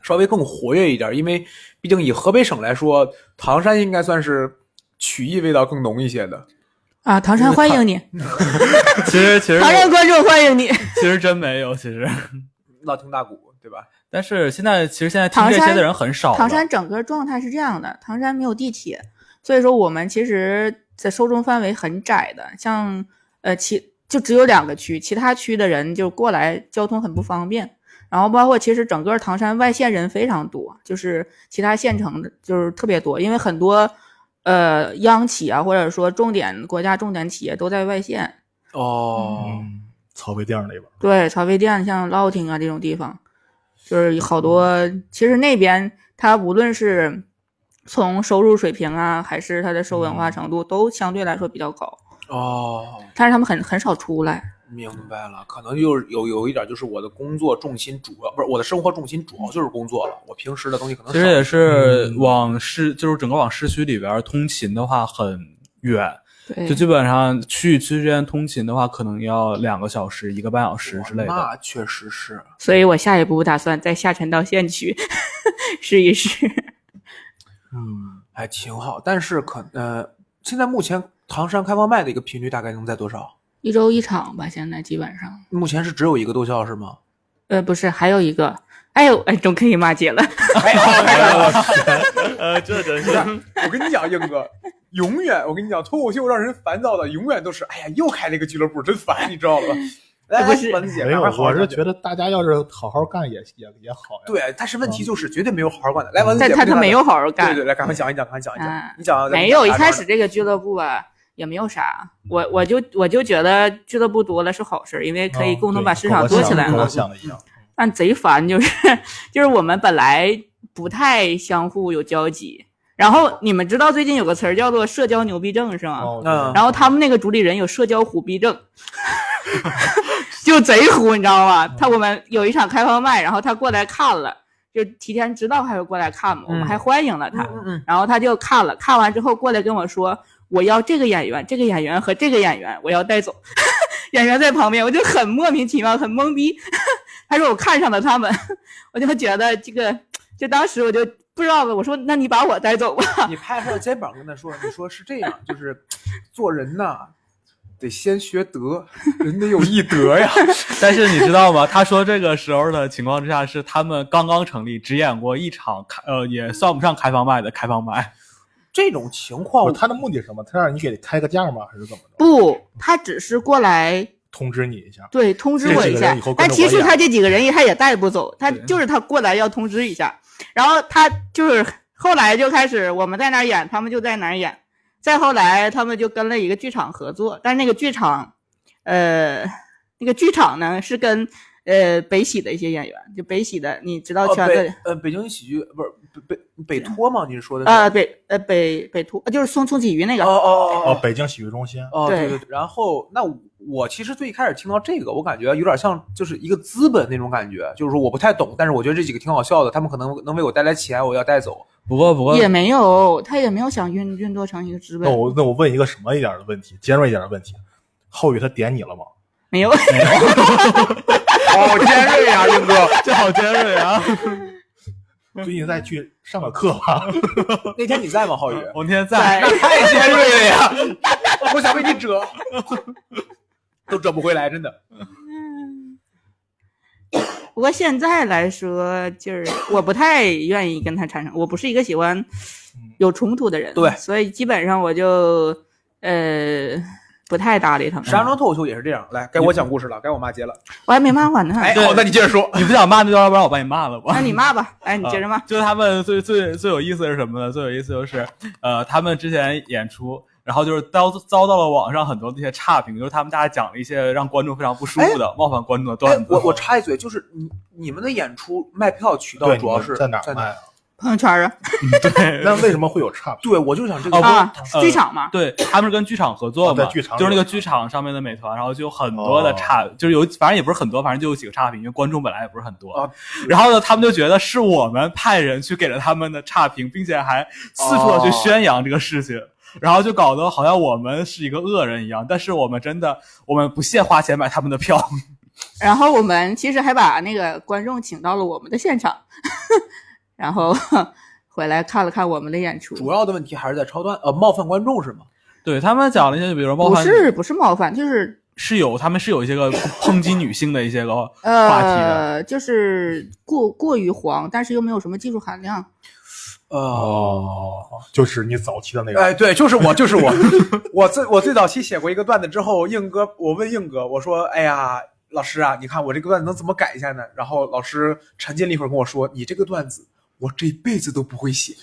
Speaker 2: 稍微更活跃一点，因为毕竟以河北省来说，唐山应该算是曲艺味道更浓一些的。
Speaker 3: 啊，唐山欢迎你，
Speaker 4: 其实其实
Speaker 3: 唐山观众欢迎你，
Speaker 4: 其实真没有，其 实。
Speaker 2: 老听大鼓，对吧？
Speaker 4: 但是现在其实现在听
Speaker 3: 唐
Speaker 4: 这
Speaker 3: 山
Speaker 4: 些的人很少了。
Speaker 3: 唐山整个状态是这样的，唐山没有地铁，所以说我们其实的受众范围很窄的，像呃其就只有两个区，其他区的人就过来交通很不方便。然后包括其实整个唐山外县人非常多，就是其他县城的就是特别多，因为很多呃央企啊或者说重点国家重点企业都在外县，
Speaker 2: 哦
Speaker 1: 嗯，曹妃甸那边，
Speaker 3: 对，曹妃甸像乐亭啊这种地方，就是好多。其实那边它无论是从收入水平啊，还是它的受文化程度，都相对来说比较高。
Speaker 2: 哦，
Speaker 3: 但是他们很很少出来。
Speaker 2: 明白了，可能就是有有一点，就是我的工作重心主要不是我的生活重心主要就是工作了，我平时的东西可能
Speaker 4: 其实也
Speaker 2: 嗯
Speaker 4: 是往市，就是整个往市区里边通勤的话很远，
Speaker 3: 对
Speaker 4: 就，基本上区与区之间通勤的话，可能要两个小时、一个半小时之类的。
Speaker 2: 那确实是，
Speaker 3: 所以我下一步打算再下沉到县区 试一试。
Speaker 1: 嗯，
Speaker 2: 还挺好。但是可呃，现在目前唐山开放麦的一个频率大概能在多少？
Speaker 3: 一周一场吧，现在基本上。
Speaker 2: 目前是只有一个逗笑是吗？
Speaker 3: 呃，不是，还有一个。哎呦，哎，总可以骂街了。
Speaker 2: 哎呀，
Speaker 4: 呃，这真是
Speaker 2: 我跟你讲，硬哥，永远我跟你讲，脱口秀让人烦躁的，永远都是哎呀，又开了一个俱乐部，真烦，你知道吧？来，
Speaker 3: 不是
Speaker 2: 丸子姐，
Speaker 1: 没有
Speaker 2: 赶快，好好
Speaker 1: 我是
Speaker 2: 讲讲
Speaker 1: 觉得大家要是好好干也也也好呀。
Speaker 2: 对，但是问题就是绝对没有好好干的。来，丸子
Speaker 3: 但
Speaker 2: 姐，
Speaker 3: 他
Speaker 2: 不
Speaker 3: 他
Speaker 2: 是
Speaker 3: 没有好好
Speaker 2: 对
Speaker 3: 干
Speaker 2: 对，，来，赶快讲一讲，赶快讲一讲
Speaker 3: 啊，
Speaker 2: 你讲
Speaker 3: 没有，一开。
Speaker 2: 咱们讲
Speaker 3: 始这个俱乐部啊也没有啥，我我就我就觉得俱乐部多了是好事儿，因为可以
Speaker 1: 嗯
Speaker 3: 共同
Speaker 1: 对
Speaker 3: 把市
Speaker 1: 和
Speaker 3: 场
Speaker 1: 我
Speaker 3: 做
Speaker 1: 想
Speaker 3: 起来
Speaker 1: 和
Speaker 3: 嘛
Speaker 1: 我。想的一样，
Speaker 3: 但贼烦，就是就是我们本来不太相互有交集，然后你们知道最近有个词儿叫做“社交牛逼症”是吗？
Speaker 1: 哦
Speaker 2: 嗯
Speaker 1: 我觉得
Speaker 3: 然后他们那个主理人有社交虎逼症， 就贼虎，你知道吗？
Speaker 1: 哦
Speaker 3: 他我们有一场开放麦，然后他过来看了，就提前知道还会过来看嘛，我们还欢迎了他。
Speaker 2: 嗯嗯，
Speaker 3: 然后他就看了，看完之后过来跟我说，我要这个演员、这个演员和这个演员，我要带走。 演员在旁边，我就很莫名其妙，很懵逼。 他说我看上了他们， 我就觉得这个，就当时我就不知道了。我说那你把我带走吧。
Speaker 2: 嗯你拍拍他的肩膀跟他说，你说是这样，就是做人呐，得先学德，人得有一德呀。
Speaker 4: 但是你知道吗？他说这个时候的情况之下是他们刚刚成立，只演过一场开呃也算不上开放麦的开放麦。
Speaker 2: 这种情
Speaker 1: 不
Speaker 2: 况
Speaker 1: 是，他的目的是什么？他让你给开个价吗？还是怎么着？
Speaker 3: 不，他只是过来
Speaker 1: 通知你一下。
Speaker 3: 对通知我一
Speaker 1: 这几个
Speaker 3: 下
Speaker 1: 人以后，跟
Speaker 3: 但
Speaker 1: 着
Speaker 3: 其
Speaker 1: 我
Speaker 3: 实
Speaker 1: 演
Speaker 3: 他这几个人也他也带不走，他
Speaker 4: 对
Speaker 3: 就是他过来要通知一下，然后他就是后来就开始我们在哪儿演，他们就在哪儿演，再后来他们就跟了一个剧场合作，但那个剧场，呃，那个剧场呢是跟呃北喜的一些演员，就北喜的你知道
Speaker 2: 哦
Speaker 3: 圈子里
Speaker 2: 北。呃北京喜剧不是北北北托吗？你是说的是？
Speaker 3: 呃，北呃北北图，就是宋宋启瑜那个，
Speaker 2: 哦哦
Speaker 1: 哦
Speaker 2: 哦，
Speaker 1: 北京喜剧中心。
Speaker 2: 哦，对
Speaker 3: 对
Speaker 2: 对对。然后，那我我其实最一开始听到这个，我感觉有点像就是一个资本那种感觉，就是说我不太懂，但是我觉得这几个挺好笑的，他们可能能为我带来钱，我要带走。
Speaker 4: 不过不 过
Speaker 3: 也没有，他也没有想运运作成一个资
Speaker 1: 那
Speaker 3: 本，
Speaker 1: 我那我问一个什么一点的问题，尖锐一点的问题，浩宇他点你了吗？
Speaker 3: 没有，哦
Speaker 2: 好尖锐呀，英哥！
Speaker 4: 这好尖锐啊！
Speaker 3: 嗯
Speaker 1: 最近再去上个课吧。
Speaker 2: 那天你在吗，浩宇？
Speaker 4: 我那 天在，
Speaker 2: 太尖锐了呀！ 我想为你折，都折不回来，真的。
Speaker 3: 不过现在来说，就是 我不太愿意跟他产生，我不是一个喜欢
Speaker 4: 嗯
Speaker 3: 有冲突的人，
Speaker 2: 对
Speaker 3: 所以基本上我就呃不太搭理他
Speaker 2: 石家
Speaker 3: 们。
Speaker 2: 庄脱口秀也是这样。来，该我讲故事了，该我骂街了。
Speaker 3: 我还没骂完呢，
Speaker 2: 哎，好，那你接着说。
Speaker 4: 你不想骂那就要不然我把你骂了吧
Speaker 3: 那。你骂吧，哎，你接着骂
Speaker 4: 啊。 就是他们最最最有意思是什么呢？最有意思就是，呃，他们之前演出，然后就是遭遭到了网上很多的一些差评，就是他们大家讲了一些让观众非常不舒服的、冒犯观众的
Speaker 2: 哎
Speaker 4: 段，子。
Speaker 2: 我我插一嘴，就是你你们的演出卖票渠道
Speaker 1: 对，
Speaker 2: 主要
Speaker 1: 你
Speaker 2: 是
Speaker 1: 在哪儿卖？啊？
Speaker 3: 朋友圈啊，
Speaker 4: 对
Speaker 1: 那为什么会有差评？
Speaker 2: 对，我就想这个
Speaker 4: 哦不
Speaker 3: 啊
Speaker 4: 呃，
Speaker 3: 剧场嘛，
Speaker 4: 对，他们是跟剧场合
Speaker 1: 哦
Speaker 4: 作嘛，
Speaker 1: 在剧场哦
Speaker 4: 就是那个
Speaker 1: 有
Speaker 4: 剧场上面的美团，然后就有很多的差，就是有反正也不是很多，反正就有几个差评，因为观众本来也不是很多。
Speaker 1: 哦
Speaker 2: 啊
Speaker 4: 然后呢，他们就觉得是我们派人去给了他们的差评，并且还四处的
Speaker 1: 哦
Speaker 4: 去宣扬这个事情。然后就搞得好像我们是一个恶人一样，但是我们真的，我们不屑花钱买他们的票。
Speaker 3: 然后我们其实还把那个观众请到了我们的现场， 然后 回来看了看我们的演出。
Speaker 2: 主要的问题还是在超段，呃，冒犯观众是吗？
Speaker 4: 对他们讲了一些，比如说冒
Speaker 3: 不
Speaker 4: 犯，
Speaker 3: 是不是冒犯，就是
Speaker 4: 是有他们是有一些个抨击女性的一些个话题的。
Speaker 3: 呃，就是过过于黄，但是又没有什么技术含量。
Speaker 2: 呃，
Speaker 1: 哦，就是你早期的那个。
Speaker 2: 哎，对，就是我，就是我，我最我最早期写过一个段子之后，硬哥，我问硬哥，我说，哎呀，老师啊，你看我这个段子能怎么改一下呢？然后老师沉浸了一会儿跟我说，你这个段子我这辈子都不会写。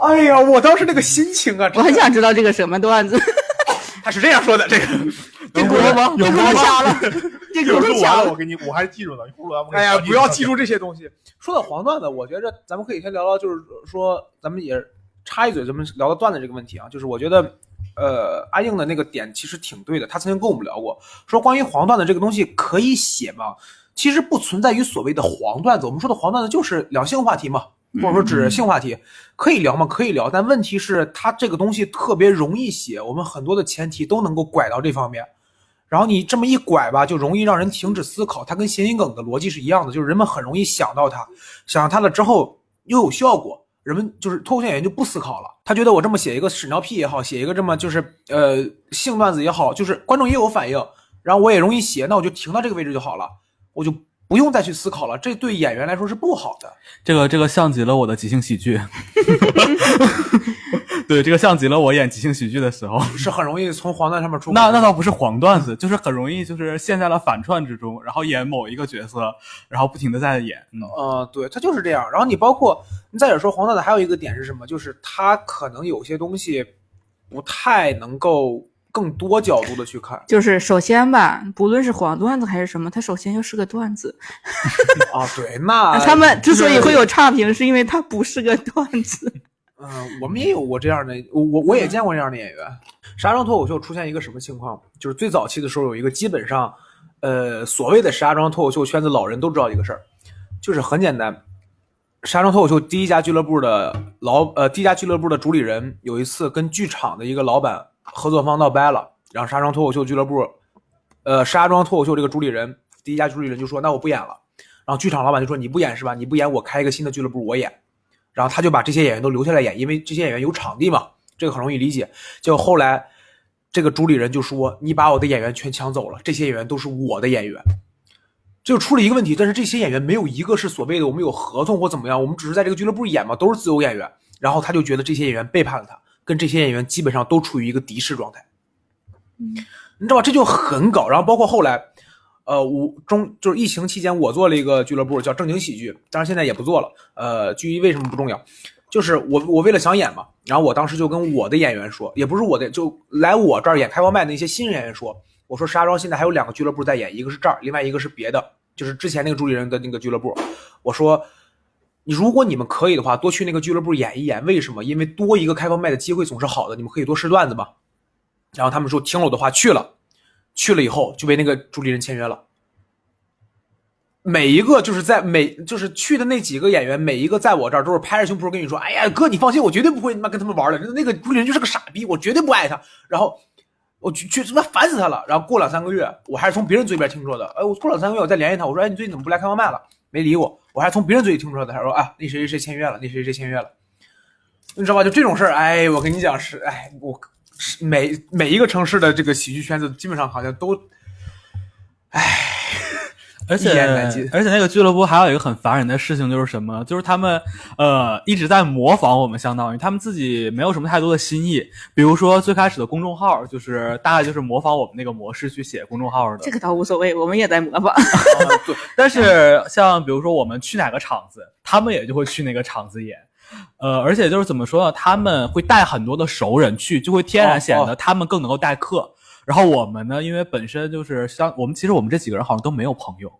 Speaker 2: 哎呀，我当时那个心情啊，
Speaker 3: 我
Speaker 2: 真
Speaker 3: 很
Speaker 2: 的
Speaker 3: 想知道这个什么段子，
Speaker 2: 他是这样说的，这个，
Speaker 3: 这轱
Speaker 4: 能播
Speaker 3: 辘
Speaker 4: 吗
Speaker 3: 这
Speaker 4: 有
Speaker 3: 轱
Speaker 4: 播
Speaker 3: 辘
Speaker 4: 吗
Speaker 3: 瞎了， 这
Speaker 1: 一会
Speaker 3: 轱
Speaker 1: 儿
Speaker 3: 辘
Speaker 1: 录
Speaker 3: 瞎
Speaker 1: 完了，
Speaker 3: 了。
Speaker 1: 我给你，我还记住呢。一会儿录完，我给你
Speaker 2: 哎呀，
Speaker 1: 发
Speaker 2: 不要
Speaker 1: 你
Speaker 2: 记住这些东西。说到黄段子，我觉着咱们可以先聊聊，就是说咱们也插一嘴，咱们聊到段子这个问题啊，就是我觉得，呃，阿硬的那个点其实挺对的。他曾经跟我们聊过，说关于黄段子这个东西可以写吗？其实不存在于所谓的黄段子，我们说的黄段子就是聊性话题嘛，或者说指性话题，可以聊吗？可以聊，但问题是它这个东西特别容易写，我们很多的前提都能够拐到这方面。然后你这么一拐吧，就容易让人停止思考。它跟谐音梗的逻辑是一样的，就是人们很容易想到它，想到它了之后又有效果，人们就是脱口秀演员就不思考了。他觉得我这么写一个屎尿屁也好，写一个这么就是呃性段子也好，就是观众也有反应，然后我也容易写，那我就停到这个位置就好了，我就不用再去思考了。这对演员来说是不好的。
Speaker 4: 这个这个像极了我的即兴喜剧， 对，这个像极了我演即兴喜剧的时候。
Speaker 2: 是很容易从黄段上面出口的。
Speaker 4: 那那倒不是黄段子，就是很容易就是陷在了反串之中，然后演某一个角色，然后不停的在演。嗯，
Speaker 2: 呃，对，它就是这样。然后你包括你再者说黄段子还有一个点是什么？就是它可能有些东西不太能够更多角度的去看
Speaker 3: 就是首先吧，不论是黄段子还是什么，它首先就是个段子。
Speaker 2: 啊。对，那
Speaker 3: 他们之所以会有差评，是因为它不是个段子。
Speaker 2: 嗯、我们也有过这样的，我我我也见过这样的演员。沙庄脱口秀出现一个什么情况？就是最早期的时候，有一个基本上，呃，所谓的石家庄脱口秀圈子老人都知道一个事儿，就是很简单。石家庄脱口秀第一家俱乐部的老呃第一家俱乐部的主理人有一次跟剧场的一个老板合作方闹掰了，然后石家庄脱口秀俱乐部，呃石家庄脱口秀这个主理人第一家主理人就说那我不演了，然后剧场老板就说你不演是吧？你不演我开一个新的俱乐部我演，然后他就把这些演员都留下来演，因为这些演员有场地嘛，这个很容易理解。结果后来这个主理人就说你把我的演员全抢走了，这些演员都是我的演员。这就出了一个问题，但是这些演员没有一个是所谓的我们有合同或怎么样，我们只是在这个俱乐部演嘛，都是自由演员。然后他就觉得这些演员背叛了他，跟这些演员基本上都处于一个敌视状态，你知道吧？这就很搞。然后包括后来，呃，我中就是疫情期间，我做了一个俱乐部叫正经喜剧，当然现在也不做了。呃，至于为什么不重要，就是我我为了想演嘛，然后我当时就跟我的演员说，也不是我的，就来我这儿演开放麦的一些新人演员说，我说石家庄现在还有两个俱乐部在演，一个是这儿，另外一个是别的，就是之前那个主理人的那个俱乐部。我说，你如果你们可以的话，多去那个俱乐部演一演。为什么？因为多一个开放麦的机会总是好的，你们可以多试段子嘛。然后他们说听了我的话去了，去了以后就被那个主理人签约了。每一个就是在每就是去的那几个演员，每一个在我这儿都是拍着胸脯跟你说：“哎呀，哥，你放心，我绝对不会他妈跟他们玩的。那个主理人就是个傻逼，我绝对不爱他。”然后我去去他妈烦死他了。然后过两三个月，我还是从别人嘴里边听说的。哎，我过两三个月我再联系他，我说：“哎，你最近怎么不来开放麦了？”没理我，我还是从别人嘴里听说的。他说：“啊，那谁谁谁签约了，那谁谁谁签约了。”你知道吧？就这种事儿，哎，我跟你讲是，哎，我是每每一个城市的这个喜剧圈子，基本上好像都
Speaker 4: 而且
Speaker 2: 一言难尽
Speaker 4: 而且那个俱乐部还有一个很烦人的事情就是什么？就是他们呃一直在模仿我们，相当于他们自己没有什么太多的新意。比如说最开始的公众号，就是大概就是模仿我们那个模式去写公众号的。
Speaker 3: 这个倒无所谓，我们也在模仿。
Speaker 2: 对
Speaker 4: 但是像比如说我们去哪个场子，他们也就会去那个场子演。呃，而且就是怎么说呢？他们会带很多的熟人去，就会天然显
Speaker 2: 哦
Speaker 4: 得他们更能够带客。然后我们呢，因为本身就是像我们，其实我们这几个人好像都没有朋友，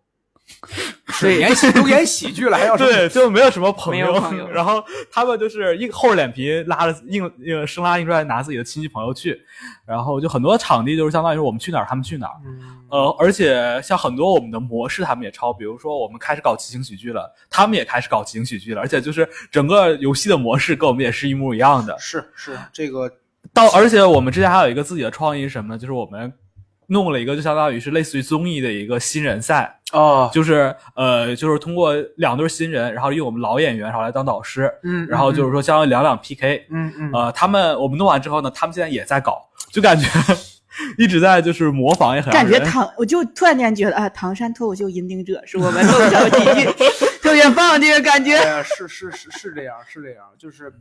Speaker 3: 对
Speaker 2: 演喜都演喜剧了，还要什么
Speaker 4: 对，就没有什么朋
Speaker 3: 没
Speaker 4: 友。
Speaker 3: 有朋友
Speaker 4: 然后他们就是硬厚着脸皮拉着硬硬生拉硬拽拿自己的亲戚朋友去，然后就很多场地就是相当于是我们去哪儿他们去哪儿。
Speaker 2: 嗯
Speaker 4: 呃，而且像很多我们的模式他们也抄，比如说我们开始搞即兴喜剧了，他们也开始搞即兴喜剧了，而且就是整个游戏的模式跟我们也是一模一样的。
Speaker 2: 是是，这个
Speaker 4: 到而且我们之前还有一个自己的创意是什么呢，就是我们弄了一个就相当于是类似于综艺的一个新人赛，
Speaker 2: 哦，
Speaker 4: 就是呃，就是通过两对新人，然后用我们老演员然后来当导师，
Speaker 2: 嗯，
Speaker 4: 然后就是说相当于两两 PK。
Speaker 2: 嗯嗯，
Speaker 4: 呃，他们我们弄完之后呢，他们现在也在搞，就感觉 一直在就是模仿，也很 让
Speaker 3: 感觉
Speaker 4: 人
Speaker 3: 唐，我就突然间觉得啊，唐山脱口秀引领者是我们脱口秀喜 剧，特别棒，这个感觉。
Speaker 2: 哎呀，是是是是这样，是这样，就是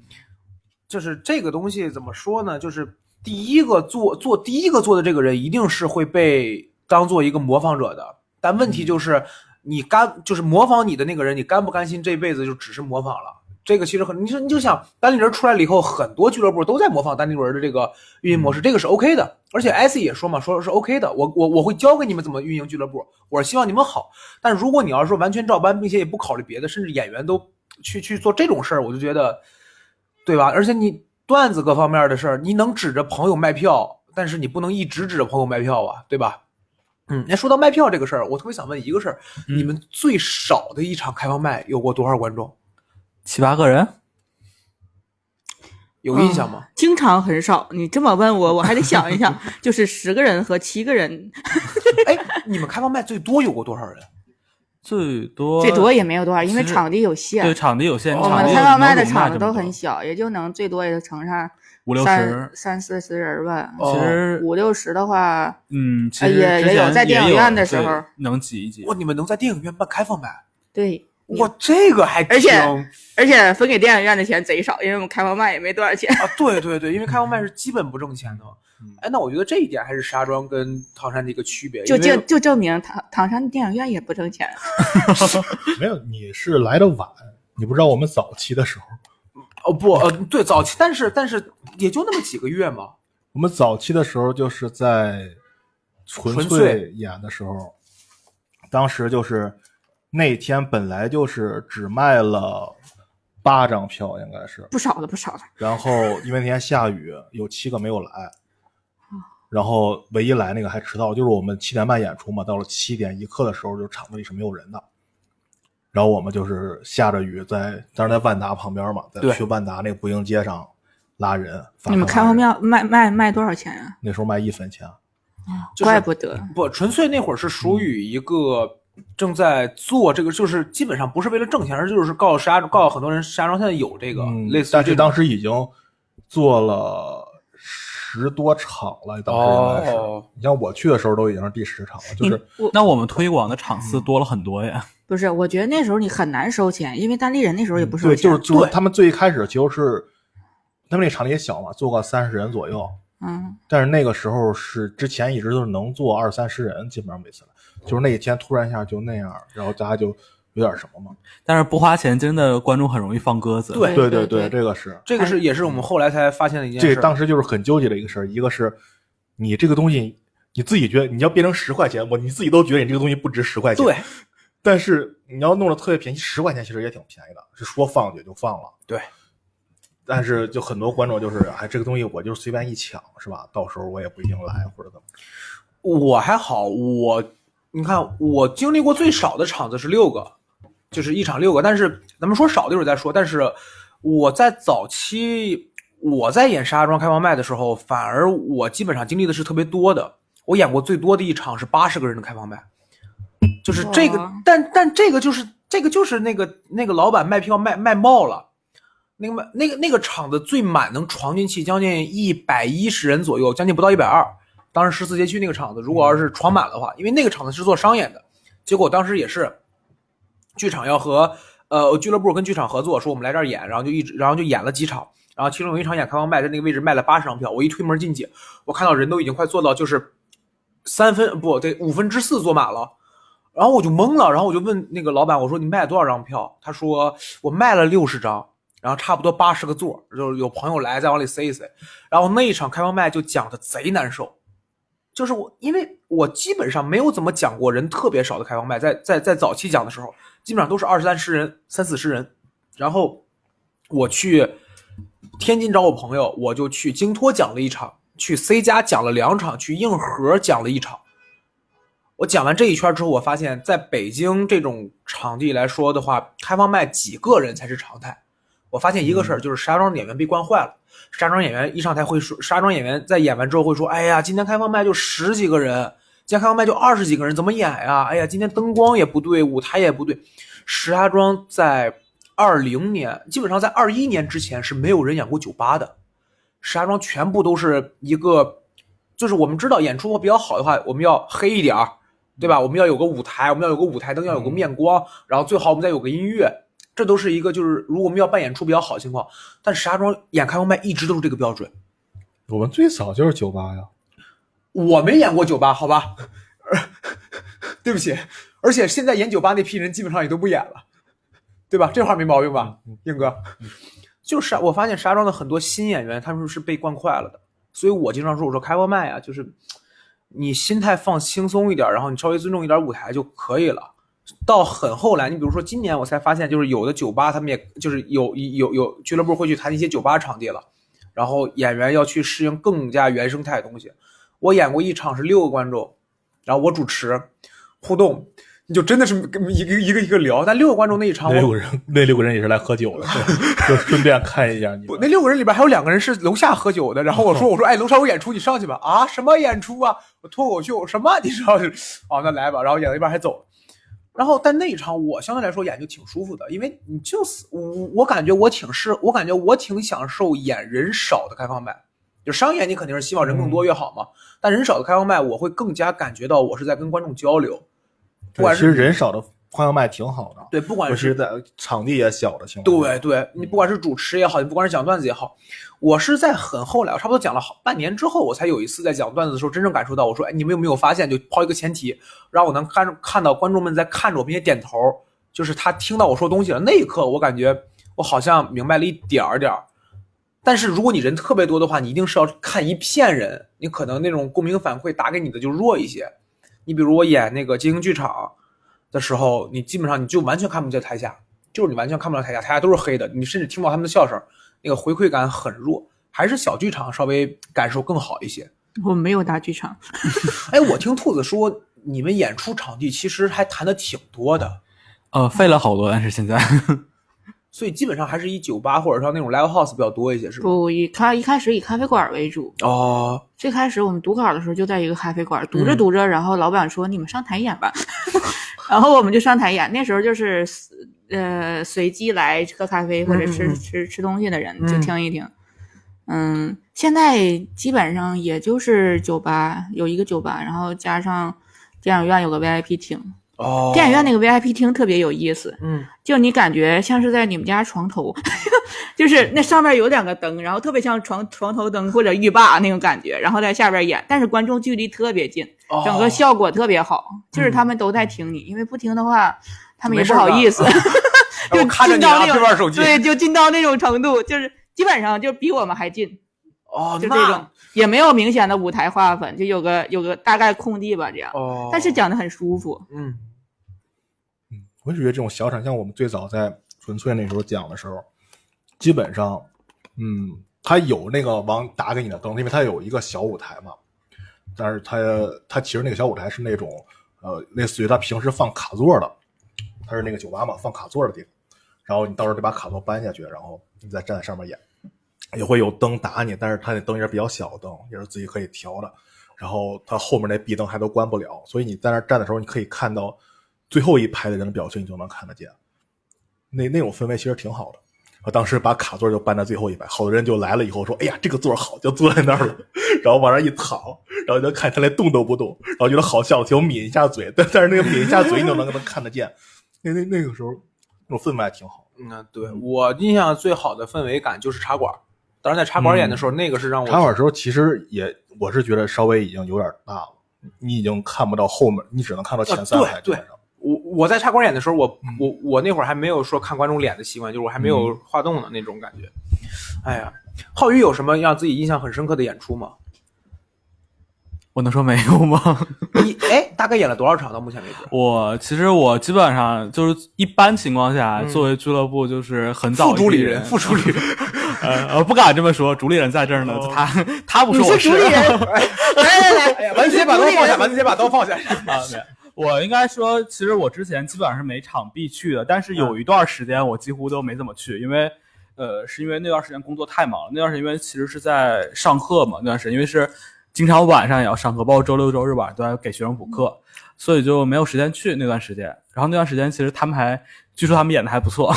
Speaker 2: 就是这个东西怎么说呢？就是第一个做做第一个做的这个人，一定是会被当做一个模仿者的。但问题就是，你甘就是模仿你的那个人，你甘不甘心这辈子就只是模仿了？这个其实很，你说你就想单立人出来了以后，很多俱乐部都在模仿单立人的这个运营模式，这个是 OK 的。而且 IC 也说嘛，说是 OK 的，我我我会教给你们怎么运营俱乐部，我是希望你们好。但如果你要是说完全照搬，并且也不考虑别的，甚至演员都去去做这种事儿，我就觉得，对吧？而且你段子各方面的事儿，你能指着朋友卖票，但是你不能一直指着朋友卖票啊，对吧？嗯，那说到卖票这个事儿，我特别想问一个事儿：
Speaker 4: 嗯
Speaker 2: 你们最少的一场开放麦有过多少观众？
Speaker 4: 七八个人。
Speaker 2: 有印象吗？
Speaker 3: 嗯经常很少，你这么问我，我还得想一想，就是十个人和七个人，
Speaker 2: 哎、你们开放麦最多有过多少人？
Speaker 4: 最多
Speaker 3: 最多也没有多少，因为
Speaker 4: 其实
Speaker 3: 场地有
Speaker 4: 对
Speaker 3: 限。
Speaker 4: 场地有限，
Speaker 3: 我
Speaker 4: 场
Speaker 3: 们
Speaker 4: 地
Speaker 3: 开放麦的
Speaker 4: 能容纳
Speaker 3: 场
Speaker 4: 这
Speaker 3: 子
Speaker 4: 么
Speaker 3: 都
Speaker 4: 多
Speaker 3: 很小，也就能最多也就乘上
Speaker 4: 五六
Speaker 3: 三
Speaker 4: 十。
Speaker 3: 三四十人吧。
Speaker 2: 哦
Speaker 4: 其实
Speaker 3: 五六十的话，
Speaker 4: 嗯，其
Speaker 3: 呃
Speaker 4: 实
Speaker 3: 也
Speaker 4: 之
Speaker 3: 也有
Speaker 4: 前
Speaker 3: 在电影
Speaker 4: 有
Speaker 3: 院的时候
Speaker 4: 对能挤一挤
Speaker 2: 哇，。你们能在电影院办开放麦？
Speaker 3: 对，
Speaker 2: 哇，这个还
Speaker 3: 而且
Speaker 2: 挺
Speaker 3: 而且分给电影院的钱贼少，因为我们开放麦也没多少钱。
Speaker 2: 啊，对对对，因为开放麦是基本不挣钱的嘛
Speaker 4: 嗯。
Speaker 2: 哎，那我觉得这一点还是石家庄跟唐山的一个区别，
Speaker 3: 就
Speaker 2: 因为
Speaker 3: 就就证明唐唐山的电影院也不挣钱。
Speaker 1: 没有，你是来的晚，你不知道我们早期的时候，
Speaker 2: 哦不呃对早期，但是但是也就那么几个月嘛。
Speaker 1: 我们早期的时候就是在纯
Speaker 2: 纯粹
Speaker 1: 粹演的时候，当时就是那天本来就是只卖了八张票，应该是，
Speaker 3: 不少了，不少了。
Speaker 1: 然后因为那天下雨，有七个没有来，
Speaker 3: 哦
Speaker 1: 然后唯一来那个还迟到，就是我们七点半演出嘛，到了七点一刻的时候，就场子里是没有人的。然后我们就是下着雨在，当时在万达旁边嘛，在
Speaker 2: 对
Speaker 1: 去万达那个步行街上拉人。发
Speaker 3: 你们
Speaker 1: 放
Speaker 3: 开
Speaker 1: 拉
Speaker 3: 放
Speaker 1: 人
Speaker 3: 麦卖卖卖多少钱啊？
Speaker 1: 那时候卖一分钱，
Speaker 2: 就是
Speaker 3: 怪不得
Speaker 2: 不，纯粹那会儿是属于一个正在做这个，就是基本上不是为了挣钱，而就是告诉石家告诉很多人，石家庄现在有这个、
Speaker 1: 嗯
Speaker 2: 类似于
Speaker 1: 但是
Speaker 2: 这种
Speaker 1: 当时已经做了十多场了，当时应该是。
Speaker 2: 哦
Speaker 1: 你像我去的时候都已经是第十场了，就是
Speaker 3: 我
Speaker 4: 那我们推广的场次多了很多呀。
Speaker 3: 不是，我觉得那时候你很难收钱，因为单立人那时候也不收
Speaker 1: 对，
Speaker 3: 钱。
Speaker 1: 就是就是他们最一开始其实是他们那场地也小嘛，坐个三十人左右，
Speaker 3: 嗯，
Speaker 1: 但是那个时候是之前一直都是能坐二三十人，基本上每次来，就是那一天突然一下就那样，然后大家就有点什么嘛。
Speaker 4: 但是不花钱，真的观众很容易放鸽子。
Speaker 2: 对
Speaker 1: 对
Speaker 3: 对
Speaker 1: 对，
Speaker 3: 对
Speaker 1: 这个是
Speaker 2: 这
Speaker 3: 哎
Speaker 2: 个是也是我们后来才发现的一件事
Speaker 1: 这
Speaker 2: 儿。
Speaker 1: 个当时就是很纠结的一个事儿，一个是你这个东西你自己觉得你要变成十块钱，我你自己都觉得你这个东西不值十块钱，
Speaker 2: 对，
Speaker 1: 但是你要弄得特别便宜，十块钱其实也挺便宜的，是说放也就放了。
Speaker 2: 对。
Speaker 1: 但是就很多观众就是，哎，这个东西我就随便一抢，是吧？到时候我也不一定来或者怎么。
Speaker 2: 我还好，我你看我经历过最少的场子是六个，就是一场六个，但是咱们说少的一会儿再说。但是我在早期我在演石家庄开放麦的时候，反而我基本上经历的是特别多的。我演过最多的一场是八十个人的开放麦，就是这个
Speaker 3: 哇，
Speaker 2: 但但这个就是这个就是那个那个老板卖票卖卖冒了。那个卖那个那个场子最满能闯进去将近一百一十人左右，将近不到一百二。当时十四街区那个场子，如果要是闯满的话，因为那个场子是做商演的，结果当时也是剧场要和呃俱乐部跟剧场合作，说我们来这儿演，然后就一直然后就演了几场，然后其中有一场演开放麦，在那个位置卖了八十张票，我一推门进去，我看到人都已经快坐到就是三分不对五分之四坐满了。然后我就懵了，然后我就问那个老板，我说你卖了多少张票？他说我卖了六十张，然后差不多八十个座，就是有朋友来再往里塞一塞。然后那一场开放麦就讲的贼难受，就是我，因为我基本上没有怎么讲过人特别少的开放麦，在在在早期讲的时候，基本上都是二三十人、三四十人。然后我去天津找我朋友，我就去京托讲了一场，去 C 家讲了两场，去硬核讲了一场。我讲完这一圈之后，我发现在北京这种场地来说的话，开放麦几个人才是常态。我发现一个事儿，就是石家庄的演员被惯坏了。石家庄演员一上台会说，石家庄演员在演完之后会说：“哎呀，今天开放麦就十几个人，今天开放麦就二十几个人，怎么演呀？哎呀，今天灯光也不对，舞台也不对。”石家庄在二零年，基本上在二一年之前是没有人演过酒吧的。石家庄全部都是一个，就是我们知道演出比较好的话，我们要黑一点儿，对吧？我们要有个舞台，我们要有个舞台灯，要有个面光，然后最好我们再有个音乐，这都是一个就是如果我们要办演出比较好的情况。但石家庄演开放麦一直都是这个标准，
Speaker 1: 我们最早就是酒吧呀，
Speaker 2: 我没演过酒吧，好吧？ 对不起，而且现在演酒吧那批人基本上也都不演了，对吧？这话没毛病吧，
Speaker 1: 嗯
Speaker 2: 硬哥？ 就是啊我发现石家庄的很多新演员，他们是被惯坏了的，所以我经常说，我说开放麦啊，就是你心态放轻松一点，然后你稍微尊重一点舞台就可以了。到很后来，你比如说今年我才发现，就是有的酒吧他们也就是有有有俱乐部会去谈一些酒吧场地了，然后演员要去适应更加原生态的东西。我演过一场是六个观众，然后我主持互动，你就真的是跟一个一个一个聊。但六个观众那一场啊我，
Speaker 1: 那六个人， 那六个人也是来喝 酒的，就顺便看一下你
Speaker 2: 不，
Speaker 1: 们。
Speaker 2: 那六个人里边还有两个人是楼下喝酒的，然后我说我说哎，楼上有演出，你上去吧。啊，什么演出啊？我脱口秀什么？你知道？哦，那来吧。然后演到一半还走了。然后但那一场我相对来说演就挺舒服的，因为你就是我，我感觉我挺是，我感觉我挺享受演人少的开放麦。就商演你肯定是希望人更多越好嘛，但人少的开放麦我会更加感觉到我是在跟观众交流，不
Speaker 1: 对
Speaker 2: 管
Speaker 1: 其实
Speaker 2: 是
Speaker 1: 人少的宽要卖挺好的，
Speaker 2: 对，不管
Speaker 1: 尤其是
Speaker 2: 是
Speaker 1: 在场地也小的情况下，
Speaker 2: 对对，你不管是主持也好，你不管是讲段子也好，我是在很后来，我差不多讲了好半年之后，我才有一次在讲段子的时候真正感受到，我说，哎，你们有没有发现？就抛一个前提，让我能看看到观众们在看着我，并且点头，就是他听到我说东西了。那一刻，我感觉我好像明白了一点儿点儿。但是如果你人特别多的话，你一定是要看一片人，你可能那种共鸣反馈打给你的就弱一些。你比如我演那个即兴剧场的时候，你基本上你就完全看不见台下，就是你完全看不到台下，台下都是黑的，你甚至听不到他们的笑声，那个回馈感很弱。还是小剧场稍微感受更好一些。
Speaker 3: 我没有大剧场，
Speaker 2: 哎，我听兔子说，你们演出场地其实还谈的挺多的，
Speaker 4: 呃，废了好多，但是现 在
Speaker 2: 所以基本上还是以酒吧或者说那种 live house 比较多一些，是吧？
Speaker 3: 不以咖一开始以咖啡馆为主。
Speaker 2: 哦，
Speaker 3: 最开始我们读稿的时候就在一个咖啡馆读
Speaker 2: 嗯
Speaker 3: 着读着，然后老板说你们上台演吧， 然后我们就上台演。那时候就是呃随机来喝咖啡或者
Speaker 2: 嗯
Speaker 3: 吃、
Speaker 2: 嗯嗯
Speaker 3: 吃吃东西的人
Speaker 2: 嗯
Speaker 3: 就听一听。嗯，现在基本上也就是酒吧有一个酒吧，然后加上电影院有个 VIP 厅，
Speaker 2: 哦，
Speaker 3: 电影院那个 VIP 厅特别有意思，
Speaker 2: 嗯，
Speaker 3: 就你感觉像是在你们家床头， 就是那上面有两个灯，然后特别像床床头灯或者浴霸那种感觉，然后在下边演，但是观众距离特别近，
Speaker 2: 哦嗯
Speaker 3: 整个效果特别好，就是他们都在听你，因为不听的话，他们也
Speaker 2: 没事
Speaker 3: 不
Speaker 2: 儿
Speaker 3: 好
Speaker 2: 干
Speaker 3: 意思，
Speaker 2: 哎我
Speaker 3: 就
Speaker 2: 看着
Speaker 3: 进
Speaker 2: 你
Speaker 3: 到
Speaker 2: 啊，
Speaker 3: 那
Speaker 2: 别
Speaker 3: 种
Speaker 2: 玩手机。
Speaker 3: 对，就进到那种程度，就是基本上就比我们还近，
Speaker 2: 哦，
Speaker 3: 就这种
Speaker 2: 那，
Speaker 3: 也没有明显的舞台划分，就有个有个大概空地吧这样，
Speaker 2: 哦，
Speaker 3: 但是讲的很 舒服，
Speaker 2: 嗯，
Speaker 1: 嗯，我也觉得这种小场，像我们最早在纯粹那时候讲的时候，基本上，嗯，它有那个往打给你的灯，因为它有一个小舞台嘛，但是它它其实那个小舞台是那种呃，类似于它平时放卡座的，它是那个酒吧嘛，放卡座的地方，然后你到时候得把卡座搬下去，然后你再站在上面演，也会有灯打你，但是它那灯也是比较小的灯，也是自己可以调的，然后它后面那壁灯还都关不了，所以你在那儿站的时候，你可以看到最后一排的人的表情，你就能看得见。那那种氛围其实挺好的。我当时把卡座就搬在最后一排，好多人就来了以后说：“哎呀，这个座儿好，就坐在那儿了。”然后往上一躺，然后就看他连动都不动，然后觉得好笑，就抿一下嘴，但但是那个抿一下嘴，你就能能看得见。那那那个时候那种氛围还挺好。
Speaker 2: 那嗯对我印象最好的氛围感就是茶馆儿。当然，在茶馆儿演的时候，那个是让我
Speaker 1: 茶馆的时候其实也，我是觉得稍微已经有点大了，你已经看不到后面，你只能看到前三
Speaker 2: 啊对
Speaker 1: 排。
Speaker 2: 对
Speaker 1: 基本上
Speaker 2: 我我在茶馆演的时候，我
Speaker 3: 嗯
Speaker 2: 我我那会儿还没有说看观众脸的习惯，就是我还没有画动呢那种感觉。哎呀，浩宇有什么让自己印象很深刻的演出吗？
Speaker 4: 我能说没有吗？
Speaker 2: 你哎，大概演了多少场到目前为止？
Speaker 4: 我其实我基本上就是一般情况下，
Speaker 2: 嗯
Speaker 4: 作为俱乐部就是很早
Speaker 2: 副
Speaker 4: 一
Speaker 2: 主
Speaker 4: 批
Speaker 2: 理人，副主理人，
Speaker 4: 呃，我不敢这么说，主理人在这儿呢，
Speaker 2: 哦
Speaker 4: 他他不
Speaker 3: 你
Speaker 4: 说我
Speaker 3: 是主理人，来来来，
Speaker 2: 哎呀，文杰把刀放下，文杰把刀放下。
Speaker 4: 啊，没有我应该说，其实我之前基本上是每场必去的，但是
Speaker 2: 嗯
Speaker 4: 有一段时间我几乎都没怎么去，因为，呃，是因为那段时间工作太忙了，那段时间因为其实是在上课嘛，那段时间因为是经常晚上也要上课，包括周六周日晚上都要给学生补课，
Speaker 2: 嗯
Speaker 4: 所以就没有时间去那段时间。然后那段时间其实他们还，据说他们演的还 不错，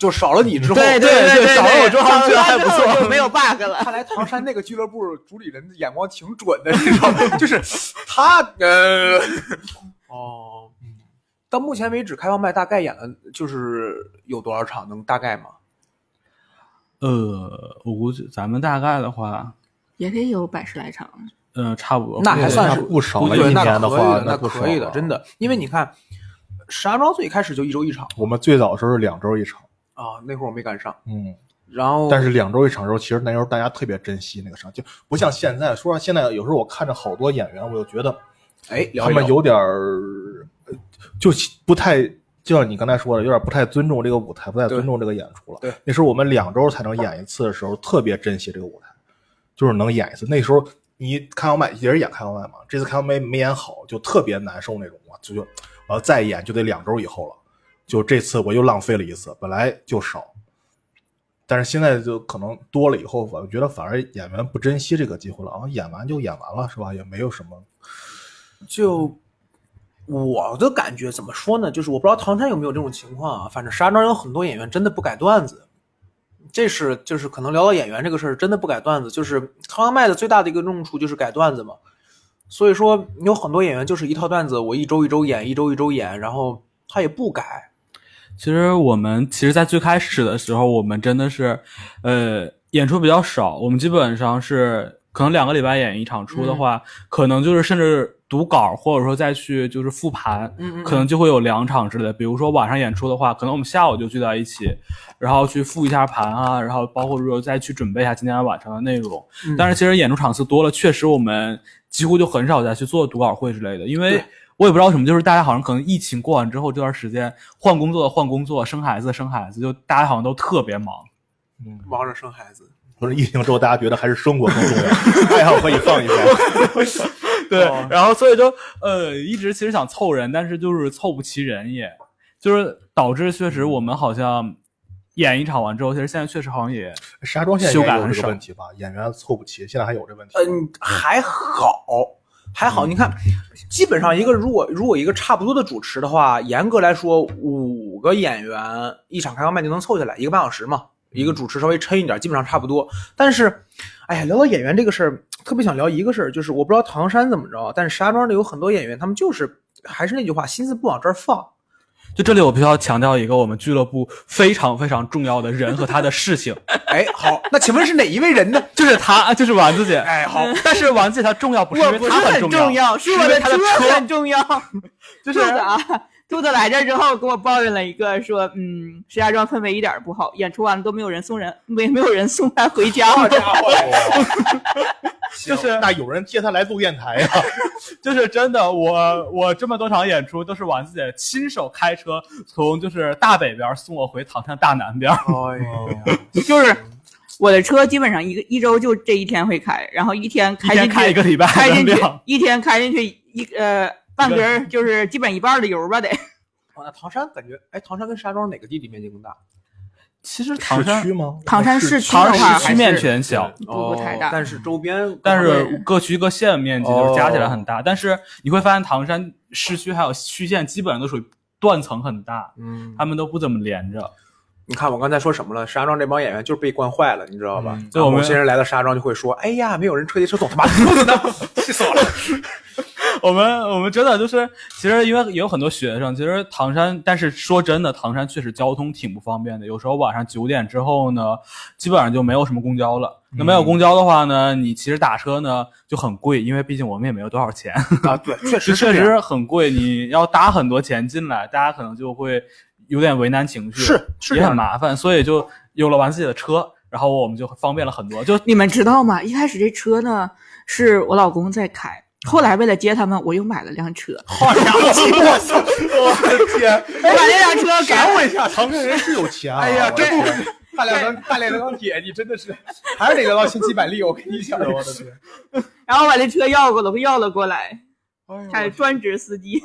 Speaker 2: 就少了你之后，
Speaker 3: 对对
Speaker 4: 少了我之后
Speaker 3: 长
Speaker 4: 觉得还
Speaker 3: 大
Speaker 4: 不
Speaker 3: 之
Speaker 4: 错
Speaker 3: 后就 没有 bug 了。
Speaker 2: 看来唐山那个俱乐部主理人的眼光挺准的，你知道吗？就是他呃，哦，
Speaker 1: 嗯
Speaker 2: 到目前为止，开放麦大概演了就是有多少场，能大概吗？
Speaker 4: 呃，我估计咱们大概的话，
Speaker 3: 也得有百十来场，
Speaker 4: 嗯、差不多，
Speaker 2: 那还算是
Speaker 1: 那不少了
Speaker 2: 对
Speaker 1: 一
Speaker 2: 那
Speaker 1: 年的
Speaker 2: 可以
Speaker 1: 话
Speaker 2: 那
Speaker 1: 那不
Speaker 2: 可以
Speaker 1: 少
Speaker 2: 的，
Speaker 1: 了嗯
Speaker 2: 真的。因为你看，石家庄最开始就一周一场
Speaker 1: 我们最早的时候是两周一场，
Speaker 2: 啊，那会儿我没赶上。
Speaker 1: 嗯，
Speaker 2: 然后，
Speaker 1: 但是两周一场的时候，其实那时候大家特别珍惜那个场，就不像现在。说实话，现在有时候我看着好多演员，我就觉得
Speaker 2: 哎，聊
Speaker 1: 他
Speaker 2: 一
Speaker 1: 们
Speaker 2: 聊
Speaker 1: 有点儿，呃就不太，就像你刚才说的，有点不太尊重这个舞台，不太尊重这个演出了。
Speaker 2: 对
Speaker 1: 那时候我们两周才能演一次的时候，特别珍惜这个舞台，就是能演一次。那时候你开放麦也是演开放麦嘛，这次开放麦没演好，就特别难受那种嘛，就就我要再演就得两周以后了。就这次我又浪费了一次，本来就少，但是现在就可能多了以后，我觉得反而演员不珍惜这个机会了啊，演完就演完了是吧？也没有什么
Speaker 2: 就我的感觉怎么说呢？就是我不知道唐山有没有这种情况啊。反正石家庄有很多演员真的不改段子，这是就是可能聊到演员这个事儿，真的不改段子。就是开放麦的最大的一个用处就是改段子嘛。所以说，有很多演员就是一套段子，我一周一周演，一周一周演，然后他也不改。
Speaker 4: 其实我们其实，在最开始的时候，我们真的是，呃，演出比较少，我们基本上是可能两个礼拜演一场出的话，可能就是甚至读稿，或者说再去就是复盘，
Speaker 2: 嗯
Speaker 4: 可能就会有两场之类的。比如说晚上演出的话，可能我们下午就聚到一起，然后去复一下盘啊，然后包括说再去准备一下今天晚上的内容。
Speaker 2: 嗯
Speaker 4: 但是其实演出场次多了，确实我们几乎就很少再去做读稿会之类的，因为
Speaker 2: 对
Speaker 4: 我也不知道为什么，就是大家好像可能疫情过完之后这段时间换工作的换工作，生孩子的生孩子，就大家好像都特别忙。
Speaker 1: 嗯，
Speaker 2: 忙着生孩子，
Speaker 1: 不是疫情之后，大家觉得还是生活更重要，爱好可以放一放。
Speaker 4: 对，
Speaker 2: 哦
Speaker 4: 然后所以就呃一直其实想凑人，但是就是凑不齐人也，就是导致确实我们好像演一场完之后，其实现在确实好像也
Speaker 1: 石家庄现在应该有这
Speaker 4: 修改很
Speaker 1: 个
Speaker 4: 少
Speaker 1: 问题吧？演员凑不齐，现在还有这问题吗。
Speaker 2: 嗯，还好，还好。你看，基本上一个如果如果一个差不多的主持的话，严格来说，五个演员一场开放麦就能凑下来一个半小时嘛，一个主持稍微抻一点，基本上差不多。但是，哎呀，聊到演员这个事儿，特别想聊一个事儿，就是我不知道唐山怎么着，但是石家庄的有很多演员，他们就是还是那句话，心思不往这儿放。
Speaker 4: 就这里我必须要强调一个我们俱乐部非常非常重要的人和他的事情，
Speaker 2: 哎，好，那请问是哪一位人呢？
Speaker 4: 就是他就是丸子姐，
Speaker 2: 哎，好，
Speaker 4: 但是丸子姐她重要不是因为
Speaker 3: 不是
Speaker 4: 她
Speaker 3: 很
Speaker 4: 重要，
Speaker 3: 要，是我
Speaker 4: 因为
Speaker 3: 的
Speaker 4: 他的
Speaker 3: 车
Speaker 4: 车
Speaker 3: 很重要。 兔
Speaker 4: 就是
Speaker 3: 子
Speaker 2: 哎
Speaker 3: 啊， 兔子来这儿之后跟我抱怨了一个，说嗯，石家庄氛围一点儿不好，演出完了都没有人送人，没没有人送他回家。
Speaker 4: 就是
Speaker 1: 那有人接他来录电台呀、
Speaker 4: 就是真的，我我这么多场演出都是丸子姐亲手开车从就是大北边送我回唐山大南边，
Speaker 2: 哎呀，
Speaker 3: 就是我的车基本上一个一周就这一天会开，然后一天
Speaker 4: 一
Speaker 3: 开进
Speaker 4: 天
Speaker 3: 去
Speaker 4: 开一个礼拜，
Speaker 3: 开进去
Speaker 4: 这样
Speaker 3: 一天开进去一呃半格儿就是基本一半儿的油吧得。
Speaker 2: 哦，那唐山感觉，哎，唐山跟石家庄哪个地理面积更大？
Speaker 4: 其实唐
Speaker 1: 市
Speaker 4: 山
Speaker 1: 区吗？
Speaker 3: 唐山市区的
Speaker 4: 唐
Speaker 3: 话
Speaker 4: 山市
Speaker 3: 还
Speaker 4: 区
Speaker 3: 是
Speaker 4: 面全小。
Speaker 3: 不不太
Speaker 2: 哦
Speaker 3: 大，
Speaker 2: 但是周边，
Speaker 4: 但
Speaker 3: 对
Speaker 4: 是各区各县面积就是加起来很大，但是你会发现唐山市区还有区县基本上都属于断层很大，
Speaker 2: 嗯
Speaker 4: 他，们都不怎么连着。
Speaker 2: 你看我刚才说什么了？石家庄这帮演员就是被惯坏了，你知道吧？
Speaker 4: 嗯
Speaker 2: 就
Speaker 4: 对我们
Speaker 2: 某些人来到石家庄就会说：“哎呀，没有人车接车懂，他 妈兔子呢，气死我了。
Speaker 4: 我们我们真的就是，其实因为也有很多学生，其实唐山，但是说真的，唐山确实交通挺不方便的。有时候晚上九点之后呢，基本上就没有什么公交了。
Speaker 2: 嗯
Speaker 4: 那没有公交的话呢，你其实打车呢就很贵，因为毕竟我们也没有多少钱，”
Speaker 2: 啊，对，确
Speaker 4: 就
Speaker 2: 实是
Speaker 4: 确
Speaker 2: 这样
Speaker 4: 实很贵。你要搭很多钱进来，大家可能就会有点为难情绪，
Speaker 2: 是是这
Speaker 4: 也
Speaker 2: 样
Speaker 4: 很
Speaker 2: 的。
Speaker 4: 麻烦。所以就有了完自己的车，然后我们就方便了很多。就
Speaker 3: 你们知道吗？一开始这车呢是我老公在开，后来为了接他们，我又买了辆车，
Speaker 1: 好家伙！我操！ 我的天！
Speaker 3: 我把那辆车给
Speaker 1: 我一下，唐山人是有钱啊！
Speaker 2: 哎呀，
Speaker 1: 我
Speaker 2: 真
Speaker 1: 的
Speaker 2: 不
Speaker 1: 天
Speaker 2: 大连钢大连钢铁，你真的 是还是得聊到千奇百丽。我跟你讲，我的天，
Speaker 3: 然后把这车要过来，要了过来，
Speaker 2: 哎
Speaker 3: 还
Speaker 2: 呦
Speaker 3: 专职司机。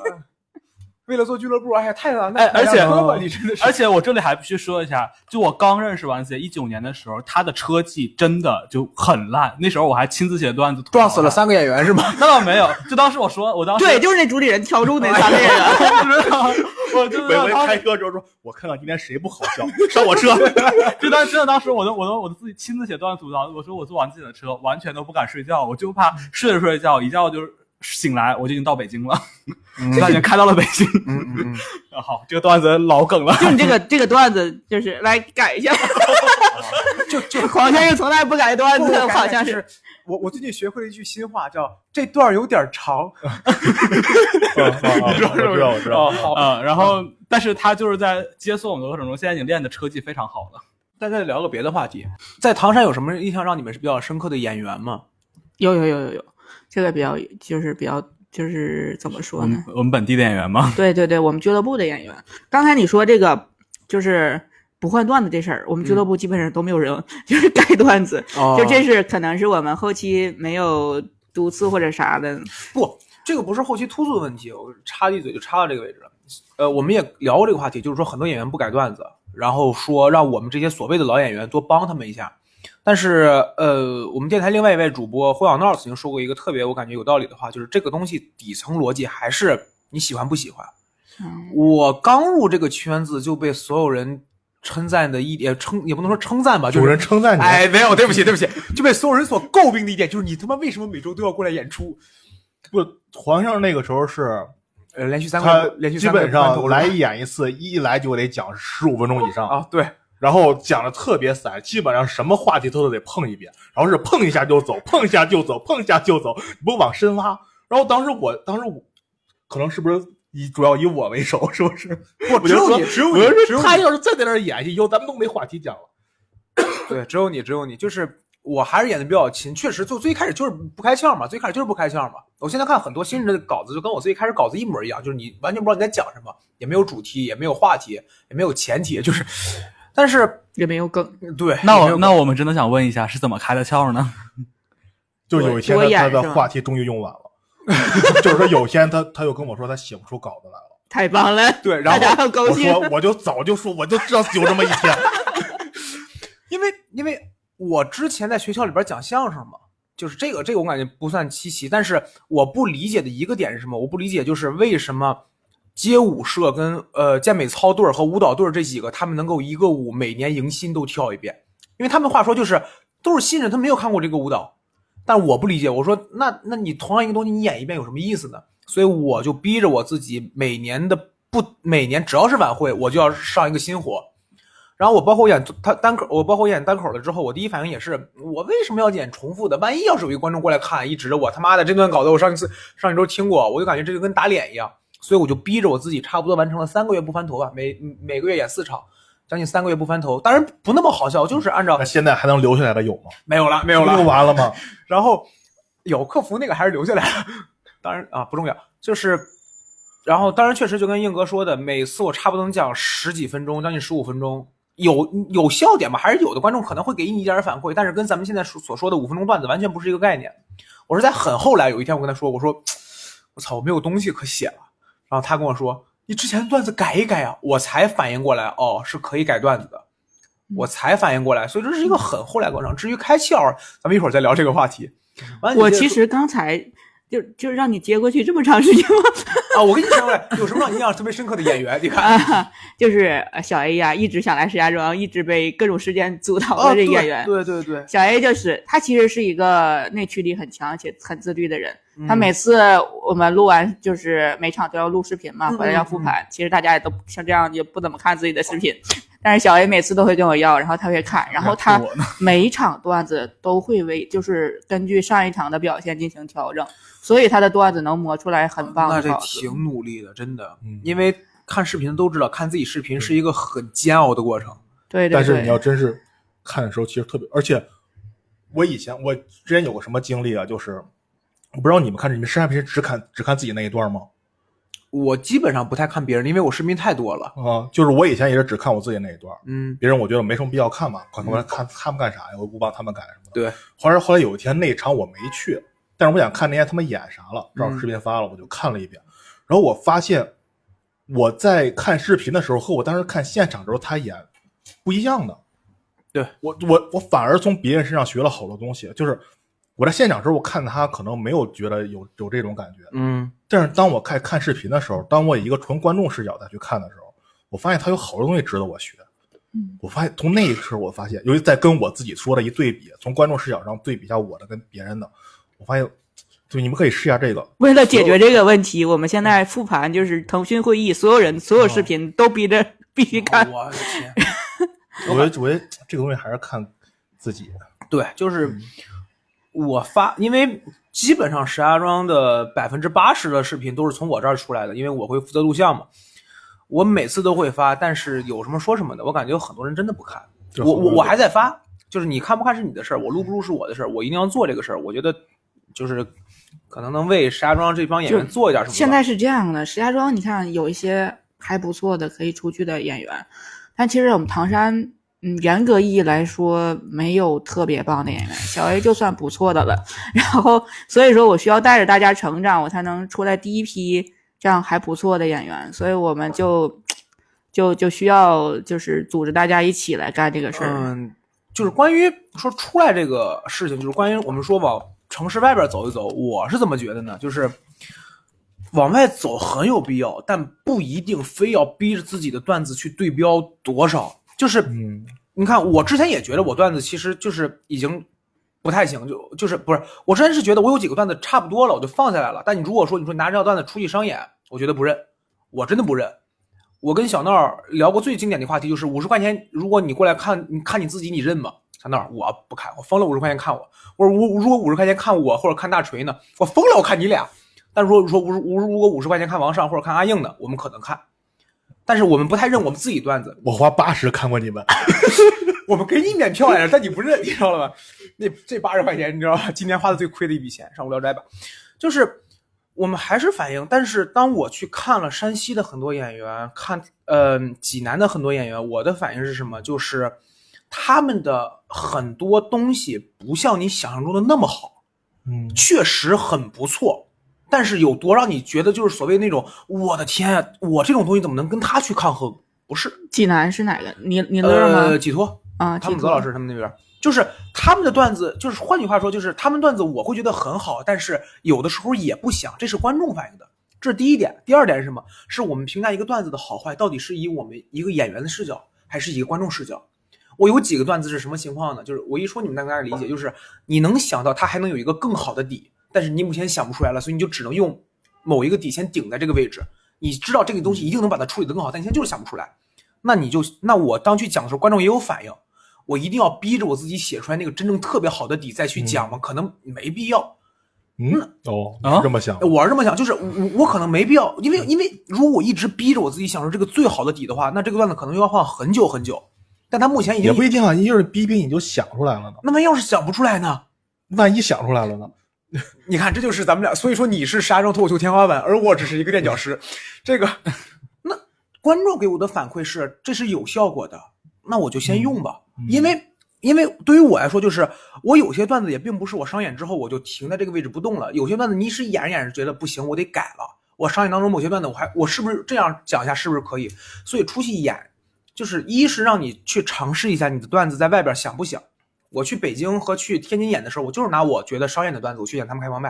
Speaker 2: 为了做俱乐部，哎呀，太难了。
Speaker 4: 哎而且
Speaker 2: 买辆车吧你真的是，
Speaker 4: 而且我这里还必须说一下，就我刚认识丸子姐一九年的时候，她的车技真的就很烂。那时候我还亲自写段子，吐槽
Speaker 2: 撞死了
Speaker 4: 她。
Speaker 2: 三个演员是吗？
Speaker 4: 那倒没有，就当时我说，我 当时
Speaker 3: 对，就是那主理人挑住那三个 人。
Speaker 4: 就知道，我就
Speaker 1: 每
Speaker 4: 知
Speaker 1: 回
Speaker 4: 道
Speaker 1: 开
Speaker 4: 当，
Speaker 1: 车的时候说，我看看今天谁不好笑，上我 车。
Speaker 4: 就当真的当时我都我都我都自己亲自写段子吐槽，我说我坐完自己的车完全都不敢睡觉，我就怕睡着睡着觉一觉就是醒来我就已经到 北京了，就感觉开到了北京。
Speaker 2: 嗯嗯 嗯，
Speaker 4: 啊 好，这个段子老梗 了。
Speaker 3: 就你这个这个段子，就是来改 一下。
Speaker 2: 就就
Speaker 3: 黄先生从来不改段子，我好像是。
Speaker 2: 我我最近学会了一句新话，叫“这段儿有点儿长
Speaker 1: 我知道，哦我知道，我知道。
Speaker 2: 嗯
Speaker 4: 啊、然后但是他就是在接送我的过程中，现在已经练的车技非常好了。”。
Speaker 2: 大家聊个别的话题，在唐山有什么印象让你们是比较深刻的演员吗？
Speaker 3: 有有有有有，这个比较就是比较就是怎么说
Speaker 4: 我
Speaker 3: 呢
Speaker 4: 们？我们本地的演员 吗？
Speaker 3: 对对对，我们俱乐部的演员。刚才你说这个就是不换段子这事儿，我们俱乐部基本上都没有人、就是改段子，
Speaker 2: 哦
Speaker 3: 就这是可能是我们后期没有督促或者啥的。
Speaker 2: 不，这个不是后期突出的问题，我插一嘴就插到这个位置了。呃，我们也聊过这个话题，就是说很多演员不改段子，然后说让我们这些所谓的老演员多帮他们一下。但是，呃，我们电台另外一位主播胡小闹曾经说过一个特别我感觉有道理的话，就是这个东西底层逻辑还是你喜欢不喜欢。
Speaker 3: 嗯
Speaker 2: 我刚入这个圈子就被所有人称赞的一点称，也不能说称赞吧，就
Speaker 1: 有
Speaker 2: 是
Speaker 1: 人称赞你，
Speaker 2: 哎，没有，对不起，对不起，就被所有人所诟病的一点就是你他妈为什么每周都要过来演出？
Speaker 1: 不，皇上那个时候是
Speaker 2: 呃，连续三
Speaker 1: 他
Speaker 2: 个连续
Speaker 1: 基
Speaker 2: 三个
Speaker 1: 本
Speaker 2: 关
Speaker 1: 上
Speaker 2: 头了
Speaker 1: 来一演一次，一来就得讲十五分钟以上，
Speaker 2: 啊，对，
Speaker 1: 然后讲的特别散，基本上什么话题都得碰一遍，然后是碰一下就走，碰一下就走，碰一下就走，你不往深挖。然后当时我，当时我可能是不是以主要以我为首，是不是？
Speaker 2: 不
Speaker 1: 我
Speaker 2: 只
Speaker 1: 就说，
Speaker 2: 有你，只有
Speaker 1: 我
Speaker 2: 你
Speaker 1: 就，
Speaker 2: 只
Speaker 1: 是
Speaker 2: 有
Speaker 1: 他
Speaker 2: 你，
Speaker 1: 要是再在那儿演戏，以后咱们都没话题讲了。
Speaker 2: 对，只有你，只有你，就是我还是演的比较勤，确实就最开始就是不开窍嘛，最开始就是不开窍嘛。我现在看很多新人的稿子，就跟我最开始稿子一模一样，就是你完全不知道你在讲什么，也没有主题，也没有话题，也没有前提，就是，但是
Speaker 3: 也没有梗。
Speaker 2: 对，
Speaker 4: 那
Speaker 2: 也没有
Speaker 4: 我那我们真的想问一下，是怎么开的窍呢？
Speaker 1: 就有一天
Speaker 3: 多演
Speaker 1: 他
Speaker 3: 是吧
Speaker 1: 的话题终于用 完了，就是说有一天他他又跟我说他写不出稿子来了，
Speaker 3: 太棒了，
Speaker 2: 对，然后
Speaker 3: 大家很高
Speaker 1: 我
Speaker 3: 兴。
Speaker 1: 说我就早就说我就知道有这么一天，
Speaker 2: 因为因为我之前在学校里边讲相声嘛，就是这个这个我感觉不算稀奇，但是我不理解的一个点是什么？我不理解就是为什么街舞社跟呃健美操队儿和舞蹈队儿这几个他们能够一个舞每年迎新都跳一遍，因为他们话说就是都是新人，他没有看过这个舞蹈，但我不理解，我说那那你同样一个东西你演一遍有什么意思呢？所以我就逼着我自己每年的不每年只要是晚会我就要上一个新活，然后我包括演他单口，我包括演单口了之后，我第一反应也是，我为什么要演重复的？万一要是有一个观众过来看，一直我他妈的这段稿子，我上一次上一周听过，我就感觉这就跟打脸一样，所以我就逼着我自己，差不多完成了三个月不翻头吧，每每个月演四场，将近三个月不翻头。当然不那么好笑，就是按照
Speaker 1: 那现在还能留下来的有吗？
Speaker 2: 没有了，没
Speaker 1: 不
Speaker 2: 有了，
Speaker 1: 用完了吗？
Speaker 2: 然后有客服那个还是留下来了，当然啊不重要，就是，然后当然确实就跟硬哥说的，每次我差不多能讲十几分钟，将近十五分钟，有有笑点吧，还是有的观众可能会给你一点点反馈，但是跟咱们现在所所说的五分钟段子完全不是一个概念。我是在很后来有一天我跟他说，我说我操，我没有东西可写了，然后他跟我说你之前的段子改一改啊，我才反应过来哦是可以改段子的。我才反应过来，所以这是一个很后来过程。至于开窍，咱们一会儿再聊这个话题。完了你
Speaker 3: 我
Speaker 2: 接着
Speaker 3: 其实刚才就就让你接过去这么长时间吗？
Speaker 2: 啊，我跟你讲过来，有什么让你印象特别深刻的演员？你看，
Speaker 3: 啊，就是呃小 A 呀、一直想来石家庄，一直被各种事件 阻挠
Speaker 2: 啊，
Speaker 3: 的
Speaker 2: 对
Speaker 3: 这个演员。
Speaker 2: 对对对，
Speaker 3: 小 A 就是他，其实是一个内驱力很强且很自律的人。他
Speaker 2: 嗯
Speaker 3: 每次我们录完，就是每场都要录视频嘛，
Speaker 2: 嗯
Speaker 3: 回来要复盘。其实大家也都像这样，也不怎么看自己的视频，但是小 A 每次都会跟我要，然后他会看，然后他
Speaker 4: 我呢
Speaker 3: 每一场段子都会为就是根据上一场的表现进行调整，所以他的段子能磨出来很棒
Speaker 2: 那
Speaker 3: 的
Speaker 2: 这
Speaker 3: 稿子。
Speaker 2: 挺努力的，真的
Speaker 1: 嗯，
Speaker 2: 因为看视频的都知道，看自己视频是一个很煎熬的过程。
Speaker 3: 对对
Speaker 1: 但
Speaker 3: 对，
Speaker 1: 是你要真是看的时候，其实特别，而且我以前我之前有过什么经历啊？就是我不知道你们看你们视频只看只看自己那一段吗？
Speaker 2: 我基本上不太看别人的，因为我视频太多了。
Speaker 1: 啊、就是我以前也是只看我自己那一段，
Speaker 2: 嗯，
Speaker 1: 别人我觉得没什么必要看嘛，可能看他们干啥呀，我不帮他们干什么的。
Speaker 2: 对，
Speaker 1: 后来后来有一天那场我没去，但是我想看那天他们演啥了，正好
Speaker 2: 嗯
Speaker 1: 视频发了，我就看了一遍，然后我发现我在看视频的时候和我当时看现场的时候他演不一样的。
Speaker 2: 对
Speaker 1: 我我我反而从别人身上学了好多东西，就是我在现场时候我看他可能没有觉得有有这种感觉，
Speaker 2: 嗯，
Speaker 1: 但是当我看看视频的时候，当我以一个纯观众视角再去看的时候，我发现他有好多东西值得我学。
Speaker 3: 嗯
Speaker 1: 我发现从那一刻，我发现，尤其在跟我自己说的一对比，从观众视角上对比一下我的跟别人的，我发现，就你们可以试一下这个。
Speaker 3: 为了解决这个问题，我们现在复盘就是腾讯会议，所有人所有视频都逼着必须看。
Speaker 2: 哦我的天，
Speaker 1: 我觉得，我觉得这个东西还是看自己。
Speaker 2: 对，就是我发，因为基本上石家庄的百分之八十的视频都是从我这儿出来的，因为我会负责录像嘛。我每次都会发，但是有什么说什么的。我感觉有很多人真的不看，
Speaker 1: 就
Speaker 2: 我
Speaker 1: 很
Speaker 2: 我
Speaker 1: 多
Speaker 2: 我
Speaker 1: 人
Speaker 2: 还在发，就是你看不看是你的事儿，我录不录是我的事儿，我一定要做这个事儿。我觉得就是可能能为石家庄这帮演员
Speaker 3: 就
Speaker 2: 做一点什么吧。
Speaker 3: 现在是这样的，石家庄你看有一些还不错的可以出去的演员，但其实我们唐山，嗯，严格意义来说没有特别棒的演员，小 A 就算不错的了。 然后所以说我需要带着大家成长，我才能出来第一批这样还不错的演员，所以我们就就就需要就是组织大家一起来干这个事儿。
Speaker 2: 嗯，就是关于说出来这个事情，就是关于我们说往城市外边走一走，我是怎么觉得呢？就是往外走很有必要，但不一定非要逼着自己的段子去对标多少。就是
Speaker 1: 嗯，
Speaker 2: 你看，我之前也觉得我段子其实就是已经不太行，就就是不是我之前是觉得我有几个段子差不多了，我就放下来了。但你如果说你说你拿这条段子出去商演，我觉得不认，我真的不认。我跟小闹儿聊过最经典的话题就是五十块钱，如果你过来看，你看你自己，你认吗？小闹儿，我不看，我疯了，五十块钱看我，我说五如果五十块钱看我或者看大锤呢，我疯了，我看你俩。但是说说五十五如果五十块钱看王上或者看阿应呢，我们可能看，但是我们不太认我们自己段子，
Speaker 1: 我花八十看过 你们，
Speaker 2: 我们给你免票来 着，但你不认，你知道了吧？ 那这八十块钱，你知道吧？今年花的最亏的一笔钱，上无聊斋吧。就是我们还是反映，但是当我去看了山西的很多演员，看呃济南的很多演员，我的反应是什么？就是他们的很多东西不像你想象中的那么好。
Speaker 1: 嗯，
Speaker 2: 确实很不错，但是有多让你觉得就是所谓那种我的天呀，我这种东西怎么能跟他去抗衡？不是，
Speaker 3: 济南是哪个？你你乐
Speaker 2: 呃，
Speaker 3: 吗？
Speaker 2: 几托，
Speaker 3: 啊，
Speaker 2: 汤姆
Speaker 3: 济
Speaker 2: 泽
Speaker 3: 南
Speaker 2: 老师他们那边，就是他们的段子，就是换句话说，就是他们段子我会觉得很好，但是有的时候也不想，这是观众反映的，这是第一点。第二点是什么？是我们评价一个段子的好坏，到底是以我们一个演员的视角，还是以一个观众视角？我有几个段子是什么情况呢？就是我一说你们大概理解，就是你能想到它还能有一个更好的底，但是你目前想不出来了，所以你就只能用某一个底先顶在这个位置。你知道这个东西一定能把它处理得更好，但你现在就是想不出来。那你就那我当去讲的时候，观众也有反应，我一定要逼着我自己写出来那个真正特别好的底再去讲吗？可能没必要。
Speaker 1: 嗯，哦，
Speaker 4: 啊
Speaker 1: 是这么想的，
Speaker 2: 我是这么想，就是我我可能没必要，
Speaker 1: 嗯
Speaker 2: 因为因为如果我一直逼着我自己想出这个最好的底的话，那这个段子可能又要放很久很久。但他目前已
Speaker 1: 也
Speaker 2: 经
Speaker 1: 不一定啊，一就是逼逼你就想出来了呢，
Speaker 2: 那万一要是想不出来呢？
Speaker 1: 万一想出来了呢？
Speaker 2: 你看，这就是咱们俩。所以说，你是沙洲脱口秀天花板，而我只是一个垫脚石。这个，那观众给我的反馈是，这是有效果的，那我就先用吧。因为，因为对于我来说，就是我有些段子也并不是我上演之后我就停在这个位置不动了。有些段子你是演着演着觉得不行，我得改了。我上演当中某些段子，我还我是不是这样讲一下，是不是可以？所以出去演，就是一是让你去尝试一下你的段子在外边想不想。我去北京和去天津演的时候，我就是拿我觉得商演的段子，我去演他们开放麦，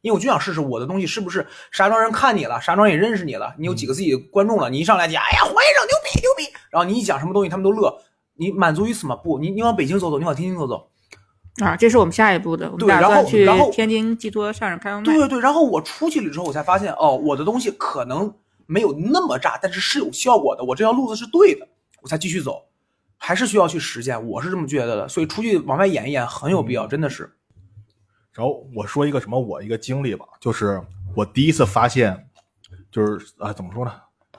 Speaker 2: 因为我就想试试我的东西是不是石家庄人看你了，石家庄也认识你了，你有几个自己的观众了，你一上来讲，哎呀，黄先生牛逼牛逼，然后你一讲什么东西，他们都乐，你满足于此吗？不，你你往北京走走，你往天津走走，
Speaker 3: 啊，这是我们下一步的，我们
Speaker 2: 对
Speaker 3: 打
Speaker 2: 然后
Speaker 3: 算去
Speaker 2: 然后
Speaker 3: 天津寄托上人开放麦
Speaker 2: 对。对对，然后我出去了之后，我才发现哦，我的东西可能没有那么炸，但是是有效果的，我这条路子是对的，我才继续走，还是需要去实践，我是这么觉得的，所以出去往外演一演很有必要，真的是，
Speaker 1: 然后我说一个什么我一个经历吧，就是我第一次发现，就是啊怎么说呢，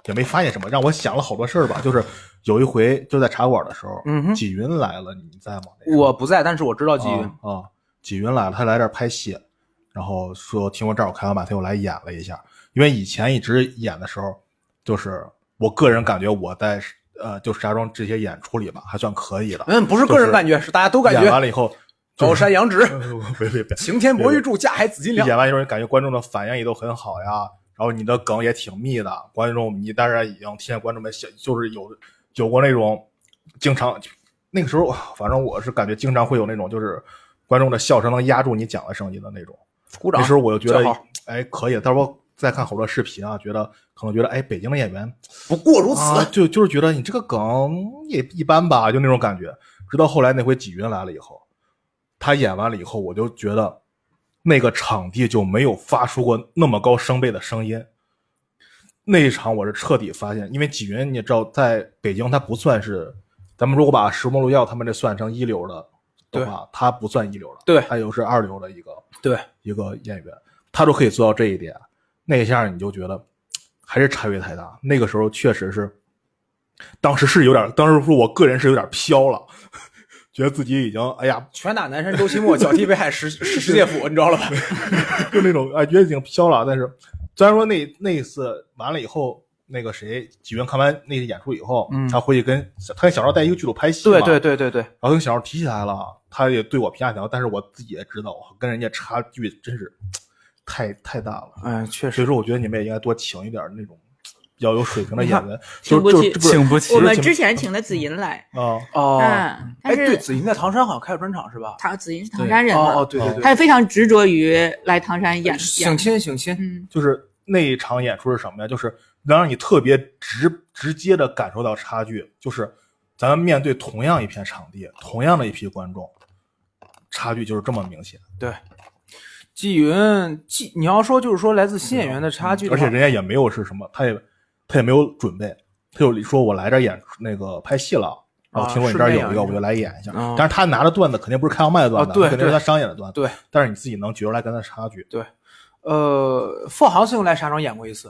Speaker 1: 也没发现什么，让我想了好多事儿吧。就是有一回就在茶馆的时候，
Speaker 2: 嗯哼
Speaker 1: 纪云来了，你在吗？
Speaker 2: 我不在，但是我知道纪云。
Speaker 1: 啊啊，纪云来了，他来这儿拍戏，然后说听说这儿有开放麦，他又来演了一下。因为以前一直演的时候，就是我个人感觉我在呃就石家庄这些演出里吧，还算可以的。
Speaker 2: 嗯，不是个人感觉，是大家都感
Speaker 1: 演完
Speaker 2: 觉。
Speaker 1: 了以后，
Speaker 2: 高山仰止，
Speaker 1: 别别别，
Speaker 2: 晴天博玉柱，架海紫金梁。
Speaker 1: 演完以后，感觉观众的反应也都很好呀，然后你的梗也挺密的，观众你当然已经听见观众们想，就是有有过那种经常那个时候，反正我是感觉经常会有那种就是观众的笑声能压住你讲的声音的那种。
Speaker 2: 鼓掌。
Speaker 1: 那时候我就觉
Speaker 2: 正
Speaker 1: 得
Speaker 2: 好，
Speaker 1: 哎，可以。但是我再看好多视频啊，觉得可能觉得，哎，北京的演员
Speaker 2: 不过如此。
Speaker 1: 啊，就就是觉得你这个梗也一般吧，就那种感觉。直到后来那回纪云来了以后，他演完了以后，我就觉得那个场地就没有发出过那么高声贝的声音。那一场我是彻底发现，因为纪云你也知道，在北京他不算是，咱们如果把石墨路耀他们这算成一流的
Speaker 2: 对
Speaker 1: 的话，他不算一流的，
Speaker 2: 对
Speaker 1: 他又是二流的一个
Speaker 2: 对，
Speaker 1: 一个演员，他都可以做到这一点，那一下你就觉得还是差别太大。那个时候确实是，当时是有点，当时说我个人是有点飘了， 觉得自己已经哎呀，
Speaker 2: 拳打南山周奇墨，脚踢北 海石石石界府，你知道了吧？
Speaker 1: 就那种哎，觉得已经飘了。但是虽然说那那一次完了以后，那个谁纪元看完那个演出以后，
Speaker 2: 嗯
Speaker 1: 他回去跟他跟小赵在一个剧组拍戏嘛，
Speaker 2: 对对对对对，
Speaker 1: 然后跟小赵提起来了，他也对我评价挺好，但是我自己也知道，我跟人家差距真是太太大了。
Speaker 2: 哎，确
Speaker 3: 嗯
Speaker 1: 所以。说，我觉得你们也应该多请一点那种比较有水平的
Speaker 2: 你
Speaker 1: 演
Speaker 2: 看
Speaker 1: 员，
Speaker 3: 请
Speaker 1: 就
Speaker 3: 不
Speaker 1: 就
Speaker 3: 起
Speaker 1: 这不是
Speaker 4: 请不起
Speaker 3: 我。们之前请的紫银来，
Speaker 1: 啊，
Speaker 2: 哦，哎，
Speaker 3: 嗯，但
Speaker 2: 对，
Speaker 3: 是
Speaker 2: 紫云在唐山好像开了专场是吧？
Speaker 3: 唐紫银是唐山人
Speaker 2: 哦哦，呃
Speaker 3: 嘛，
Speaker 2: 对对对，
Speaker 3: 他非常执着于来唐山演
Speaker 2: 省
Speaker 3: 演，
Speaker 2: 亲省亲，
Speaker 3: 嗯，
Speaker 1: 就是那一场演出是什么呀？就是能让你特别直直接的感受到差距，就是咱们面对同样一片场地，同样的一批观众，差距就是这么明显。
Speaker 2: 对。纪云，纪，你要说就是说来自新演员的差距的
Speaker 1: 嗯而
Speaker 2: 话，
Speaker 1: 且人家也没有是什么，他也他也没有准备，他就说我来这儿演那个拍戏了，然后
Speaker 2: 啊
Speaker 1: 听说你这儿
Speaker 2: 顺便
Speaker 1: 有一
Speaker 2: 演一
Speaker 1: 个，
Speaker 2: 下
Speaker 1: 我就来演一下。
Speaker 2: 啊
Speaker 1: 但是他拿的段子肯定不是开放麦的段子，
Speaker 2: 啊对
Speaker 1: 肯定是他
Speaker 2: 对
Speaker 1: 商演的段子。
Speaker 2: 对，
Speaker 1: 但是你自己能觉出来跟他差距。
Speaker 2: 呃，付航曾经来沙场演过一次，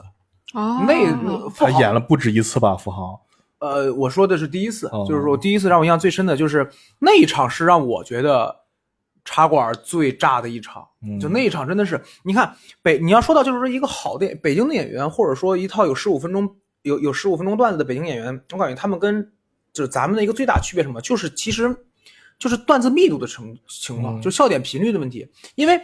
Speaker 3: 哦
Speaker 2: 那个付
Speaker 1: 他
Speaker 2: 航
Speaker 1: 演了不止一次吧，付航。
Speaker 2: 呃，我说的是第一次，
Speaker 1: 哦
Speaker 2: 就是说第一次让我印象最深的就是那一场是让我觉得茶馆最炸的一场，
Speaker 1: 嗯
Speaker 2: 就那一场真的是，你看北你要说到就是说一个好的北京的演员，或者说一套有十五分钟有有十五分钟段子的北京演员，我感觉他们跟就是咱们的一个最大区别是什么，就是其实就是段子密度的成情况，
Speaker 1: 嗯
Speaker 2: 就笑点频率的问题，因为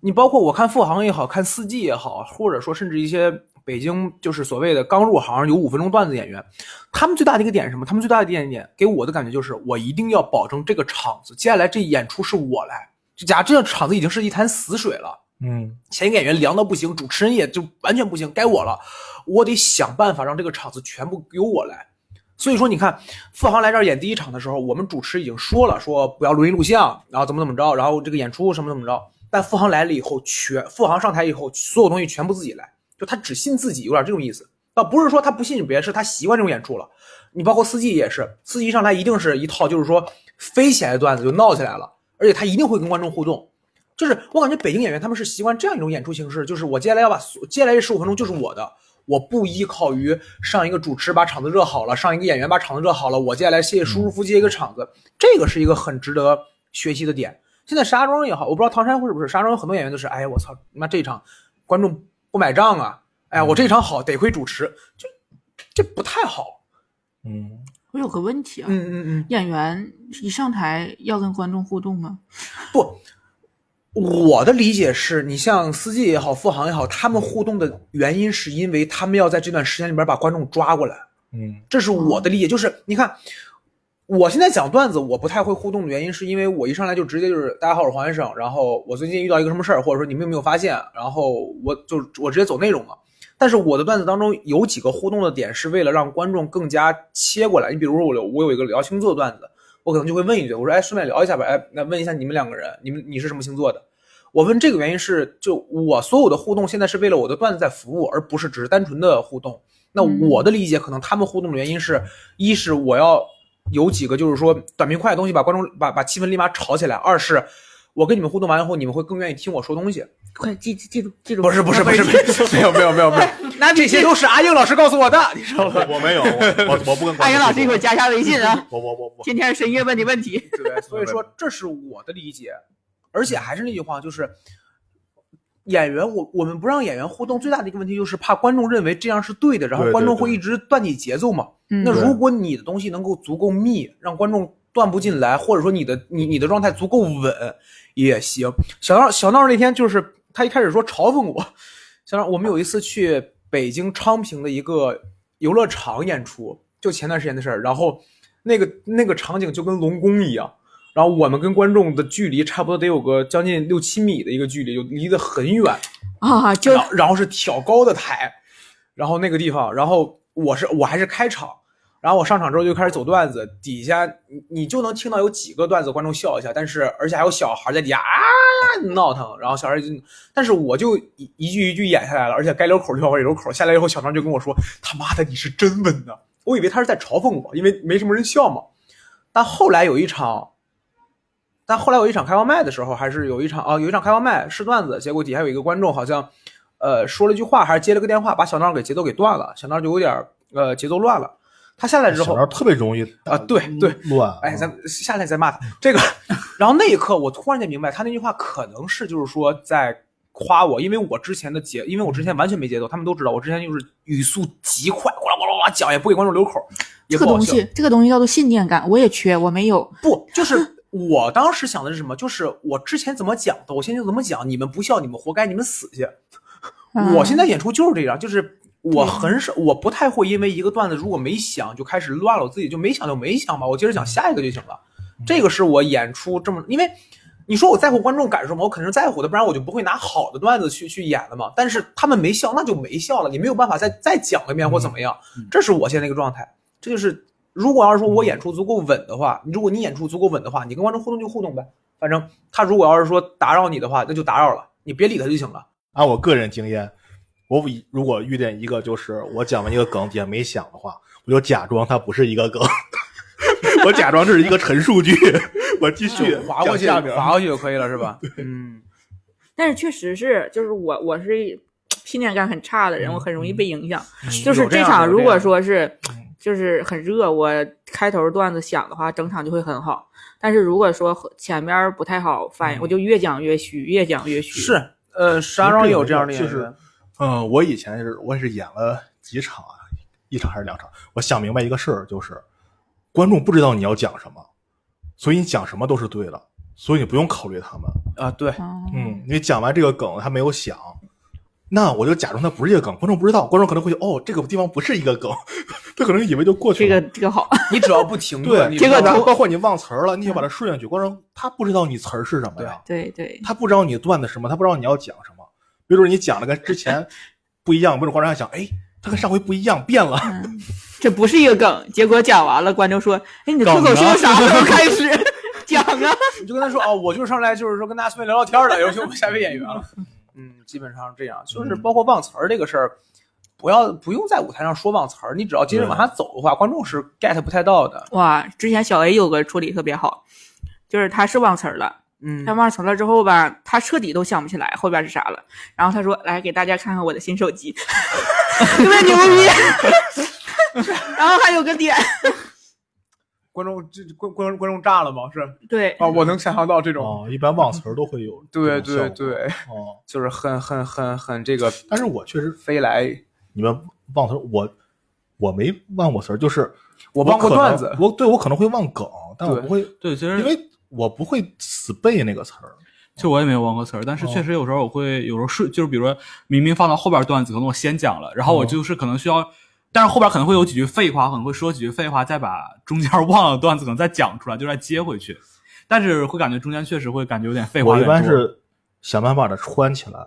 Speaker 2: 你包括我看付航也好看四季也好，或者说甚至一些北京就是所谓的刚入行有五分钟段子演员，他们最大的一个点是什么？他们最大的一个点给我的感觉就是，我一定要保证这个场子接下来这演出是我来。就假如这个场子已经是一潭死水了，
Speaker 1: 嗯，
Speaker 2: 前一个演员凉到不行，主持人也就完全不行，该我了，我得想办法让这个场子全部由我来。所以说，你看付航来这儿演第一场的时候，我们主持已经说了，说不要录音录像，然后怎么怎么着，然后这个演出什么怎么着。但付航来了以后，全付航上台以后，所有东西全部自己来，就他只信自己，有点这种意思。倒不是说他不信别人，是他习惯这种演出了。你包括司机也是，司机一上来一定是一套，就是说飞起来的段子就闹起来了，而且他一定会跟观众互动。就是我感觉北京演员他们是习惯这样一种演出形式，就是我接下来要把所接下来这十五分钟就是我的，我不依靠于上一个主持把场子热好了，上一个演员把场子热好了，我接下来谢谢舒舒服接一个场子，这个是一个很值得学习的点。现在石家庄也好，我不知道唐山会是不是，石家庄有很多演员都是，哎呀我操，那这一场观众不买账啊，哎呀我这一场好得亏主持，就这不太好。
Speaker 1: 嗯，
Speaker 3: 我有个问题啊，
Speaker 2: 嗯嗯嗯，
Speaker 3: 演员一上台要跟观众互动吗？
Speaker 2: 不，我的理解是你像司机也好，付航也好，他们互动的原因是因为他们要在这段时间里边把观众抓过来，
Speaker 1: 嗯，
Speaker 2: 这是我的理解。就是你看，我现在讲段子，我不太会互动的原因，是因为我一上来就直接就是大家好，我是黄先生，然后我最近遇到一个什么事儿，或者说你们有没有发现，啊然后我就我直接走内容了。但是我的段子当中有几个互动的点，是为了让观众更加切过来。你比如说我有我有一个聊星座的段子，我可能就会问一句，我说哎，顺便聊一下吧，哎，那问一下你们两个人，你们你是什么星座的？我问这个原因是，就我所有的互动现在是为了我的段子在服务，而不是只是单纯的互动。那
Speaker 3: 嗯
Speaker 2: 我的理解，可能他们互动的原因是，一是我要有几个就是说短平快的东西把观众把把气氛立马炒起来；二是我跟你们互动完以后，你们会更愿意听我说东西。
Speaker 3: 快记记记住记住，
Speaker 2: 不是不是不是， 没有没有没有没有，
Speaker 3: 拿笔
Speaker 2: 这
Speaker 3: 记
Speaker 2: 些都是阿英老师告诉我的，你知道吗？
Speaker 1: 我没有，我我不跟
Speaker 3: 阿英哎老师一会儿加一下微信啊，
Speaker 1: 我我我我
Speaker 3: 天天深夜问你问题。
Speaker 2: 对，所以说这是我的理解，而且还是那句话，就是演员，我我们不让演员互动，最大的一个问题就是怕观众认为这样是对的，然后
Speaker 1: 对对
Speaker 2: 观众会
Speaker 1: 对
Speaker 2: 一直断你节奏嘛。
Speaker 3: 嗯
Speaker 2: 那
Speaker 1: 对
Speaker 2: 如果你的东西能够足够密，让观众断不进来，或者说你的你你的状态足够稳也行。小闹小闹那天就是他一开始说嘲讽我， 小闹我们有一次去北京昌平的一个游乐场演出，就前段时间的事儿，然后那个那个场景就跟龙宫一样。然后我们跟观众的距离差不多得有个将近六七米的一个距离，就离得很远。
Speaker 3: 啊，就
Speaker 2: 然后然后是挑高的台，然后那个地方，然后我是我还是开场，然后我上场之后就开始走段子，底下你你就能听到有几个段子观众笑一下，但是而且还有小孩在底下啊闹腾，然后小孩就，但是我就一一句一句演下来了，而且该留口留口也留口，下来以后小张就跟我说他妈的你是真稳呐，我以为他是在嘲讽我，因为没什么人笑嘛，但后来有一场但后来有一场开放麦的时候，还是有一场啊，有一场开放麦试段子，结果底下有一个观众好像，呃，说了一句话，还是接了个电话，把小闹给节奏给断了，小闹就有点儿呃节奏乱了。他下来之
Speaker 1: 小嗯
Speaker 2: 后
Speaker 1: 孩，特别容易
Speaker 2: 啊对对
Speaker 1: 乱，
Speaker 2: 哎，咱们下来再骂他这个。 然后那一刻，我突然间明白，他那句话可能是就是说在夸我，因为我之前的节，因为我之前完全没节奏，他们都知道我之前就是语速极快，哗啦哗啦哗啦讲，也不给观众留口，也
Speaker 3: 这
Speaker 2: 不
Speaker 3: 个
Speaker 2: 好
Speaker 3: 东
Speaker 2: 笑。
Speaker 3: 西，这个东西叫做信念感，我也缺，我没有。
Speaker 2: 不，就是我当时想的是什么？就是我之前怎么讲的，我现在就怎么讲。你们不笑，你们活该，你们死去。
Speaker 3: 嗯
Speaker 2: 我现在演出就是这样，就是我很少，我不太会因为一个段子如果没想就开始乱了，我自己就没想就没想吧，我接着讲下一个就行了。这个是我演出这么，因为你说我在乎观众感受吗？我肯定是在乎的，不然我就不会拿好的段子去去演了嘛。但是他们没笑，那就没笑了，你没有办法再再讲一遍或怎么样，这是我现在一个状态。这就是如果要是说我演出足够稳的话，如果你演出足够稳的话，你跟观众互动就互动呗，反正他如果要是说打扰你的话，那就打扰了。你你别理他就行了。
Speaker 1: 按我个人经验，我以如果遇见一个就是我讲完一个梗也没想的话，我就假装它不是一个梗， 我假装这是一个陈述句， 我继续
Speaker 2: 就 划过去，
Speaker 1: 讲下面
Speaker 2: 划过去就可以了，是吧？嗯，
Speaker 3: 但是确实是，就是我我是一信念感很差的人，我很容易被影响。就
Speaker 2: 嗯有
Speaker 3: 是
Speaker 2: 这
Speaker 3: 这
Speaker 2: 样
Speaker 3: 场
Speaker 2: 有
Speaker 3: 如
Speaker 2: 这
Speaker 3: 果
Speaker 2: 样嗯
Speaker 3: 说是就是很热，我开头段子想的话，整场就会很好。但是如果说前面儿不太好反应，我就越讲越虚，越讲越虚。，
Speaker 2: 嗯是，呃，石家庄也有这样的演员，
Speaker 1: 就是嗯，我以前是我也是演了几场啊，一场还是两场，我想明白一个事儿，就是观众不知道你要讲什么，所以你讲什么都是对的，所以你不用考虑他们。
Speaker 3: 哦
Speaker 2: 啊，对，
Speaker 1: 嗯，你讲完这个梗他没有想，那我就假装他不是一个梗，观众不知道，观众可能会觉得哦，这个地方不是一个梗， 他可能以为就过去
Speaker 3: 这
Speaker 1: 了。
Speaker 3: 个这个好，
Speaker 2: 你只要不停
Speaker 1: 对，
Speaker 2: 顿，你
Speaker 3: 这个
Speaker 2: 知道
Speaker 1: 然
Speaker 3: 都
Speaker 1: 后
Speaker 2: 吗
Speaker 1: 包括你忘词儿了，你也把它顺下去，观众他不知道你词儿是什么呀，
Speaker 3: 对对，
Speaker 1: 他不知道你段子什么，他不知道你要讲什么。比如说你讲的跟之前不一样，观众观众还想，哎，他跟上回不一样，变了。
Speaker 3: 嗯，这不是一个梗。结果讲完了，观众说：“哎，你的脱
Speaker 1: 梗呢
Speaker 3: 口秀啥时候开 始讲啊
Speaker 2: 你就跟他说哦，我就是上来就是说跟大家随便聊聊天儿的，尤其我们下位演员了，嗯，基本上这样，就是包括忘词儿这个事儿，不要不用在舞台上说忘词儿，你只要接着往下走的话，观众是 get 不太到的？”，
Speaker 3: 哇，之前小 A 有个处理特别好，就是他是忘词儿了，
Speaker 2: 嗯
Speaker 3: 他，忘词儿了之后吧，他彻底都想不起来后边是啥了。然后他说：“来给大家看看我的新手机， 特别牛逼。” 然后还有个点，
Speaker 2: 观众这观观观众炸了吗？是
Speaker 3: 对，
Speaker 2: 啊，我能想象到这 种，
Speaker 1: 哦，一般忘词儿都会 有这
Speaker 2: 对
Speaker 1: 种效
Speaker 2: 对
Speaker 1: 果。
Speaker 2: 对，
Speaker 1: 哦，
Speaker 2: 就是很很很很这个
Speaker 1: 但是我确实，
Speaker 2: 飞来，
Speaker 1: 你们忘词儿，我我没忘过词儿，就是
Speaker 2: 我忘过
Speaker 1: 可能
Speaker 2: 段子
Speaker 1: 我对我可能会忘梗，但我
Speaker 2: 对
Speaker 1: 不会，
Speaker 4: 对，其实
Speaker 1: 因为我不会死背那个词儿。
Speaker 4: 就我也没有忘过词儿，但是确实有时候我会有时候顺，就是比如说明明放到后边段子，可能我先讲了，然后我就是可能需要，但是后边可能会有几句废话，可能会说几句废话，再把中间忘了段子可能再讲出来，就再接回去。但是会感觉中间确实会感觉有点废话
Speaker 1: 我
Speaker 4: 有
Speaker 1: 一
Speaker 4: 点
Speaker 1: 般
Speaker 4: 多
Speaker 1: 是想办法把它穿起来。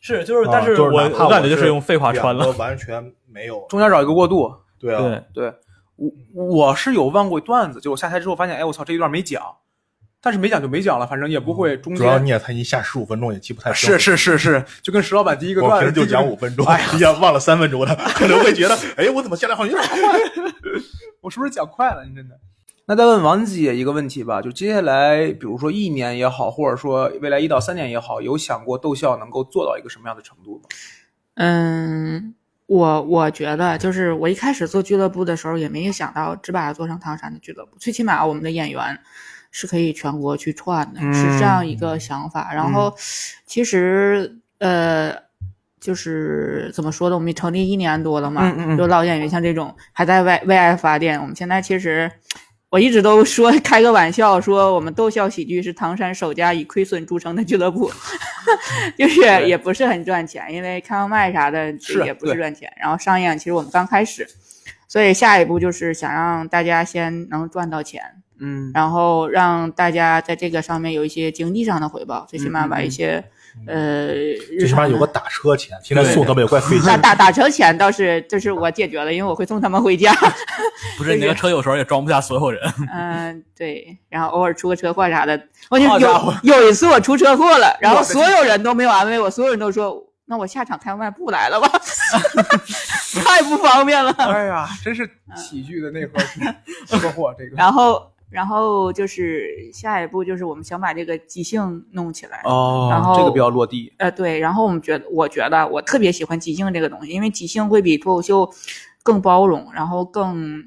Speaker 4: 是就是，
Speaker 1: 啊
Speaker 4: 但是
Speaker 1: 就
Speaker 4: 我
Speaker 1: 哪怕
Speaker 4: 我感觉就是是用废话穿
Speaker 1: 两
Speaker 4: 了
Speaker 1: 个。完全没有。
Speaker 2: 中间找一个过渡，
Speaker 1: 对啊，
Speaker 4: 对，
Speaker 2: 对我我是有忘过段子，就我下台之后发现，哎，我操，这一段没讲，但是没讲就没讲了，反正也不会中
Speaker 1: 嗯主要你
Speaker 2: 间。
Speaker 1: 也才一下十五分钟也记不太清。
Speaker 2: 是，是是是，就跟石老板第一个
Speaker 1: 我
Speaker 2: 段
Speaker 1: 哦平
Speaker 2: 子
Speaker 1: 时就讲五，分钟，一下忘了三分钟了，可能会觉得，哎，我怎么下来好像有点快？
Speaker 2: 我是不是讲快了？你真的？那再问王姐一个问题吧，就接下来，比如说一年也好，或者说未来一到三年也好，有想过逗笑能够做到一个什么样的程度吗？
Speaker 3: 嗯，我我觉得就是我一开始做俱乐部的时候，也没有想到只把它做成唐山的俱乐部。最起码我们的演员是可以全国去串的，是这样一
Speaker 2: 嗯
Speaker 3: 个想法。然后其实呃，就是怎么说呢，我们成立一年多了嘛，
Speaker 2: 嗯嗯嗯
Speaker 3: 有老演员像这种还在为为爱发电，我们现在其实。我一直都说开个玩笑，说我们逗笑喜剧是唐山首家以亏损著称的俱乐部，就是也不是很赚钱，因为开放麦啥的
Speaker 2: 是
Speaker 3: 也不
Speaker 2: 对
Speaker 3: 是赚钱。然后商演其实我们刚开始，所以下一步就是想让大家先能赚到钱，
Speaker 2: 嗯，
Speaker 3: 然后让大家在这个上面有一些经济上的回报，最起码
Speaker 2: 嗯
Speaker 3: 把
Speaker 2: 嗯
Speaker 3: 一些呃日
Speaker 1: 最起码
Speaker 3: 常
Speaker 1: 有
Speaker 3: 的
Speaker 1: 个打车钱，天天送他们也怪费劲
Speaker 3: 打。打打车钱倒是就是我解决了，因为我会送他们 回家。
Speaker 4: 不是你那个车有时候也装不下所有人，
Speaker 3: 嗯，对，然后偶尔出个车祸啥的，我就
Speaker 2: 好家
Speaker 3: 有
Speaker 2: 伙
Speaker 3: 有一次我出车祸了，然后
Speaker 2: 我的
Speaker 3: 所有人都没有安慰我，所有人都说那我下场开外不来了吧， 太不方便了。
Speaker 2: 哎呀， 真是喜剧的 内核，车祸这个。
Speaker 3: 然后，然后就是下一步就是我们想把这个即兴弄起来。
Speaker 2: 哦
Speaker 3: 然后
Speaker 2: 这个比较落地。
Speaker 3: 呃，对，然后我们觉得，我觉得我特别喜欢即兴这个东西，因为即兴会比脱口秀更包容，然后更，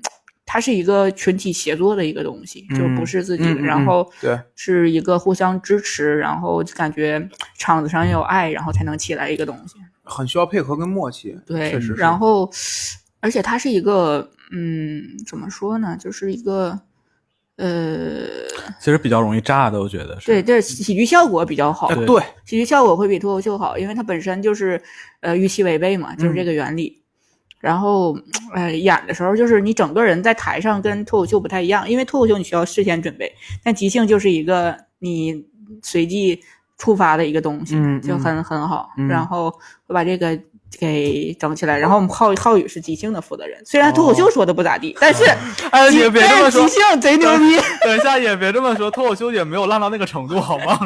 Speaker 3: 它是一个群体协作的一个东西，就
Speaker 2: 嗯
Speaker 3: 不是自己，
Speaker 2: 嗯嗯
Speaker 3: 然
Speaker 2: 嗯
Speaker 3: 后
Speaker 2: 对
Speaker 3: 是一个互相支持，然后就感觉场子上有爱，然后才能起来一个东西。
Speaker 2: 很需要配合跟默契，
Speaker 3: 对，
Speaker 2: 确实是。
Speaker 3: 然后，而且它是一个，嗯，怎么说呢，就是一个，呃，
Speaker 4: 其实比较容易炸的，我觉得是。
Speaker 3: 对，这喜剧效果比较好，
Speaker 2: 呃
Speaker 4: 对
Speaker 2: 对，
Speaker 3: 喜剧效果会比脱口秀好，因为它本身就是呃预期违背嘛，就是这个原理。然后呃演的时候，就是你整个人在台上跟脱口秀不太一样，因为脱口秀你需要事先准备，但即兴就是一个你随机触发的一个东西，
Speaker 2: 嗯
Speaker 3: 就很很好。
Speaker 2: 嗯
Speaker 3: 然后会把这个。给整起来，然后我们浩浩宇是即兴的负责人，虽然脱口秀说的不即咋地，但是
Speaker 4: 哎
Speaker 3: 即
Speaker 4: 也别这
Speaker 3: 但
Speaker 4: 么
Speaker 3: 是
Speaker 4: 说
Speaker 3: 即，兴贼牛逼。
Speaker 4: 等一下也别这么说，脱口秀也没有烂到那个程度，好吗？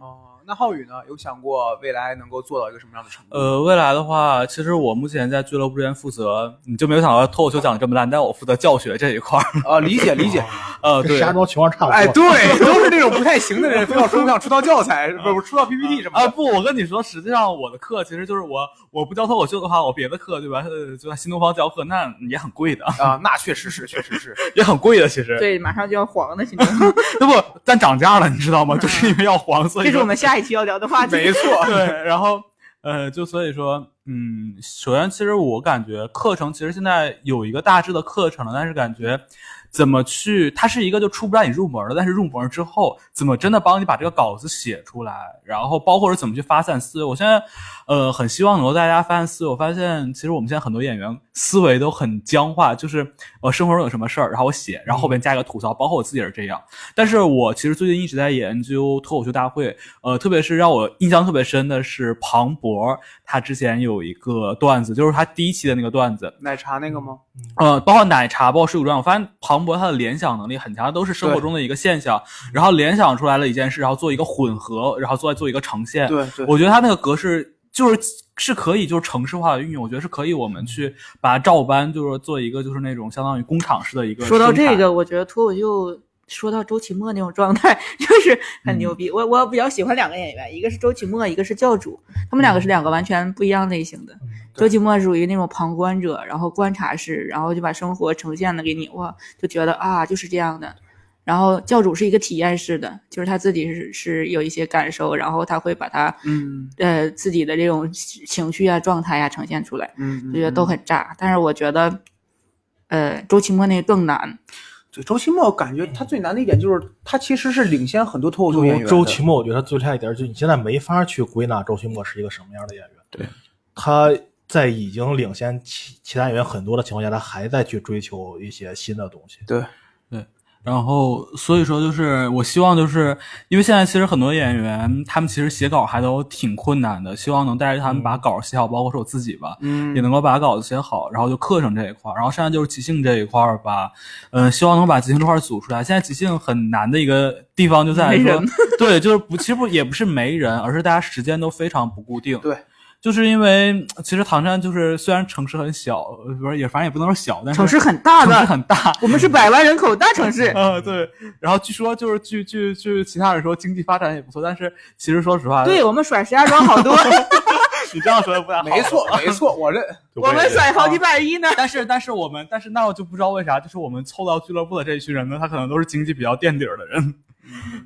Speaker 2: 哦，那浩宇呢，有想过未来能够做到一个什么样的程度？
Speaker 4: 呃，未来的话，其实我目前在俱乐部这边负责，你就没有想到脱口秀讲的这么烂，但我负责教学这一块儿。
Speaker 2: 呃，理解理解，
Speaker 4: 呃，
Speaker 1: 跟石
Speaker 4: 对，
Speaker 1: 家庄情况差不多。
Speaker 2: 哎，对，都是那种不太行的人，非要说我想出道教材，不是出道 PPT 什么
Speaker 4: 啊
Speaker 2: 的。
Speaker 4: 不，我跟你说，实际上我的课其实就是我我不教脱口秀的话，我别的课对吧？呃就在新东方教课，那也很贵的，
Speaker 2: 啊，那确实是，确实是，
Speaker 4: 也很贵的。其实，
Speaker 3: 对，马上就要黄的群众，
Speaker 4: 那不，但涨价了，你知道吗？就是因为要黄，所
Speaker 3: 嗯
Speaker 4: 以
Speaker 3: 这是
Speaker 4: 说
Speaker 3: 我们下一期要聊的话题。
Speaker 2: 没 错。
Speaker 4: 对， 然后呃，就所以说，嗯，首先其实我感觉课程其实现在有一个大致的课程了，但是感觉怎么去，它是一个就出不让你入门了，但是入门之后怎么真的帮你把这个稿子写出来，然后包括是怎么去发散思维。我现在呃很希望能够大家发散思维。我发现其实我们现在很多演员思维都很僵化，就是呃生活中有什么事儿，然后我写，然
Speaker 3: 嗯
Speaker 4: 后后边加一个吐槽，包括我自己也是这样。但是我其实最近一直在研究脱口秀大会，呃，特别是让我印象特别深的是庞博，他之前有一个段子，就是他第一期的那个段子，
Speaker 2: 奶茶那个吗？
Speaker 4: 呃，包括奶茶，包括水煮蛋，我发现庞博他的联想能力很强，都是生活
Speaker 2: 对
Speaker 4: 中的一个现象，然后联想出来了一件事，然后做一个混合，然后再做一个呈现。
Speaker 2: 对对，
Speaker 4: 嗯我觉得他那个格式就是是可以就是城市化的运用，我觉得是可以我们去把它照搬，就是做一个就是那种相当于工厂式的一个生
Speaker 3: 说
Speaker 4: 产。
Speaker 3: 到这个，我觉得脱口秀说到周奇墨那种状态， 就是很牛
Speaker 4: 嗯
Speaker 3: 逼。我我比较喜欢两个演员，一个是周奇墨，一个是教主，他们两个
Speaker 4: 嗯
Speaker 3: 是两个完全不一样类型的。周奇墨属于那种旁观者，然后观察式，然后就把生活呈现的给你，哇，就觉得啊就是这样的。然后教主是一个体验式的，就是他自己是是有一些感受，然后他会把他
Speaker 2: 嗯
Speaker 3: 呃自己的这种情绪啊、状态啊呈现出来。
Speaker 2: 嗯，
Speaker 3: 我觉得都很炸。但是我觉得，呃，周奇墨那个更难。
Speaker 2: 对。周奇墨感觉他最难的一点就是他其实是领先很多脱口
Speaker 4: 嗯
Speaker 2: 秀演员的。
Speaker 1: 周奇墨，我觉得他最厉害一点就是你现在没法去归纳周奇墨是一个什么样的演员。
Speaker 4: 对，
Speaker 1: 他在已经领先其其他演员很多的情况下，他还在去追求一些新的东西。
Speaker 2: 对，
Speaker 4: 然后，所以说就是我希望就是因为现在其实很多演员他们其实写稿还都挺困难的，希望能带着
Speaker 3: 嗯
Speaker 4: 他们把稿写好，包括是我自己吧，
Speaker 2: 嗯
Speaker 4: 也能够把稿子写好。然后就课程这一块儿，然后剩下就是即兴这一块儿吧，嗯、希望能把即兴这块儿组出来。现在即兴很难的一个地方就在
Speaker 3: 没
Speaker 4: 于说
Speaker 3: 人，
Speaker 4: 对，就是不其实不也不是没人，而是大家时间都非常不固定。
Speaker 2: 对。
Speaker 4: 就是因为其实唐山就是虽然城市很小，呃不是也反正也不能说小， 但是
Speaker 3: 城市很大
Speaker 4: 城市
Speaker 3: 的，
Speaker 4: 很大，
Speaker 3: 我们是百万人口大城 市。
Speaker 4: 呃，对。然后据说就是据据据其他人说，经济发展也不错，但是其实说实话，
Speaker 3: 对我们甩石家庄好 多，
Speaker 4: 你这样说的不太好。
Speaker 2: 没错没错，我这
Speaker 1: 就
Speaker 3: 我
Speaker 1: 也
Speaker 3: 们甩好几百亿呢。
Speaker 4: 但是但是我们但是那我就不知道为啥，就是我们凑到俱乐部的这一群人呢，他可能都是经济比较垫底儿的人，
Speaker 2: 嗯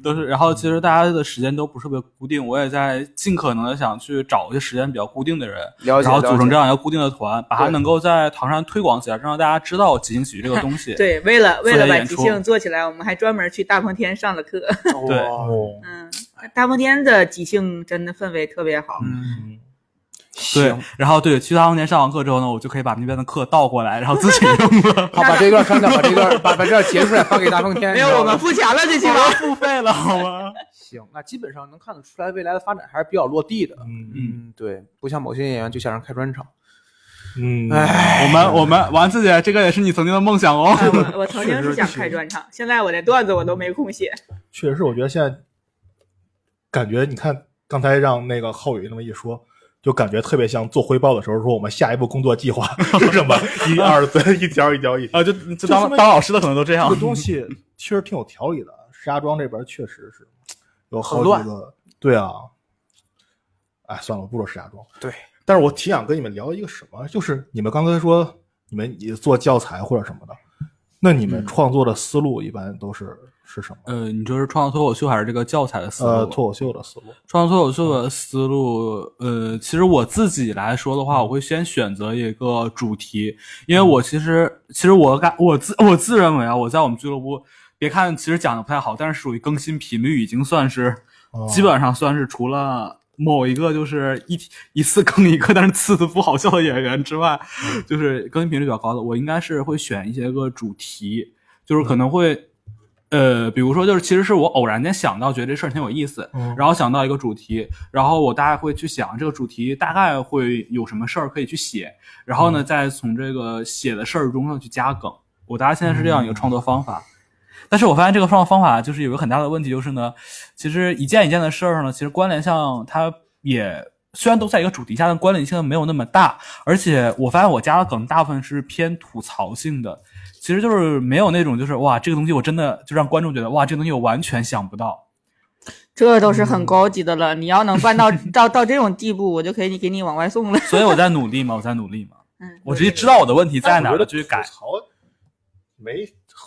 Speaker 4: 都是。然后其实大家的时间都不是特别固定，我也在尽可能的想去找一些时间比较固定的人，
Speaker 2: 了解，
Speaker 4: 然后组成这
Speaker 2: 样
Speaker 4: 样一个固定的团，把它
Speaker 2: 对
Speaker 4: 能够在唐山推广起来，让大家知道即兴喜剧这个东 西。
Speaker 3: 对，为了为了
Speaker 4: 做
Speaker 3: 把
Speaker 4: 演
Speaker 3: 即
Speaker 4: 出
Speaker 3: 兴做起来，我们还专门去大鹏天上了课。
Speaker 4: 对
Speaker 1: 哦，
Speaker 3: 嗯，大鹏天的即兴真的氛围特别好。
Speaker 2: 嗯，
Speaker 1: 嗯，
Speaker 4: 对
Speaker 2: 行，，
Speaker 4: 然后对去他们年上完课之后呢，我就可以把那边的课倒过来，然后自己用了。
Speaker 2: 好，把这段删掉，把这段把把这段截出来发给大风天。
Speaker 3: 没有，我们付钱了这期
Speaker 4: 我
Speaker 3: 吧。
Speaker 4: 付费了好吗？
Speaker 2: 行，那基本上能看得出来，未来的发展还是比较落地的。
Speaker 1: 嗯
Speaker 2: 嗯，对，不像某些演员就想让开专场。
Speaker 1: 嗯，
Speaker 4: 我们我们王自姐，这个也是你曾经的梦想哦。
Speaker 3: 哎 我我曾经是想开专场，现在我连段子我都没空写。
Speaker 1: 确实是，我觉得现在感觉，你看刚才让那个浩宇那么一说，就感觉特别像做汇报的时候说我们下一步工作计划是什么，一二三，一条一条一条。
Speaker 4: 啊，就就
Speaker 1: 就
Speaker 4: 当
Speaker 1: 是
Speaker 4: 当老师的可能都这样
Speaker 1: 这个。东西确实挺有条理的，啊石家庄这边确实是有好
Speaker 2: 很
Speaker 1: 几个，对啊。哎，算了，我不说石家庄。
Speaker 2: 对，
Speaker 1: 但是我挺想跟你们聊一个什么，就是你们刚才说你们你做教材或者什么的，那你们创作的思路一般都是是什么？
Speaker 4: 呃，你说是创作脱口秀还是这个教材的思路？啊
Speaker 1: 呃，脱口秀的思路。
Speaker 4: 创作脱口秀的思路，呃，其实我自己来说的话，我会先选择一个主题，因为我其实其实我感我自我自认为啊，我在我们俱乐部，别看其实讲的不太好，但是属于更新频率已经算是
Speaker 1: 哦
Speaker 4: 基本上算是除了某一个就是一一次更一个，但是次次不好笑的演员之外，就是更新频率比较高的，我应该是会选一些个主题，就是可能会。呃，比如说，就是其实是我偶然间想到，觉得这事儿挺有意思，
Speaker 1: 嗯
Speaker 4: 然后想到一个主题，然后我大概会去想这个主题大概会有什么事儿可以去写，然后呢，再从这个写的事儿中呢去加梗。我大概现在是这样一个创作方法，但是我发现这个方方法就是有个很大的问题，就是呢，其实一件一件的事儿呢，其实关联项它也虽然都在一个主题下，但关联性没有那么大。而且我发现我加的梗大部分是偏吐槽性的，其实就是没有那种就是哇这个东西我真的就让观众觉得哇这个东西我完全想不到。
Speaker 3: 这都是很高级的了。你要能办到到到这种地步，我就可以给你往外送了。
Speaker 4: 所以我在努力嘛，我在努力嘛，
Speaker 3: 嗯，
Speaker 4: 我直接知道我的问题在哪
Speaker 1: 但我觉
Speaker 4: 儿了，
Speaker 1: 得
Speaker 4: 就去改
Speaker 1: 吐。槽没，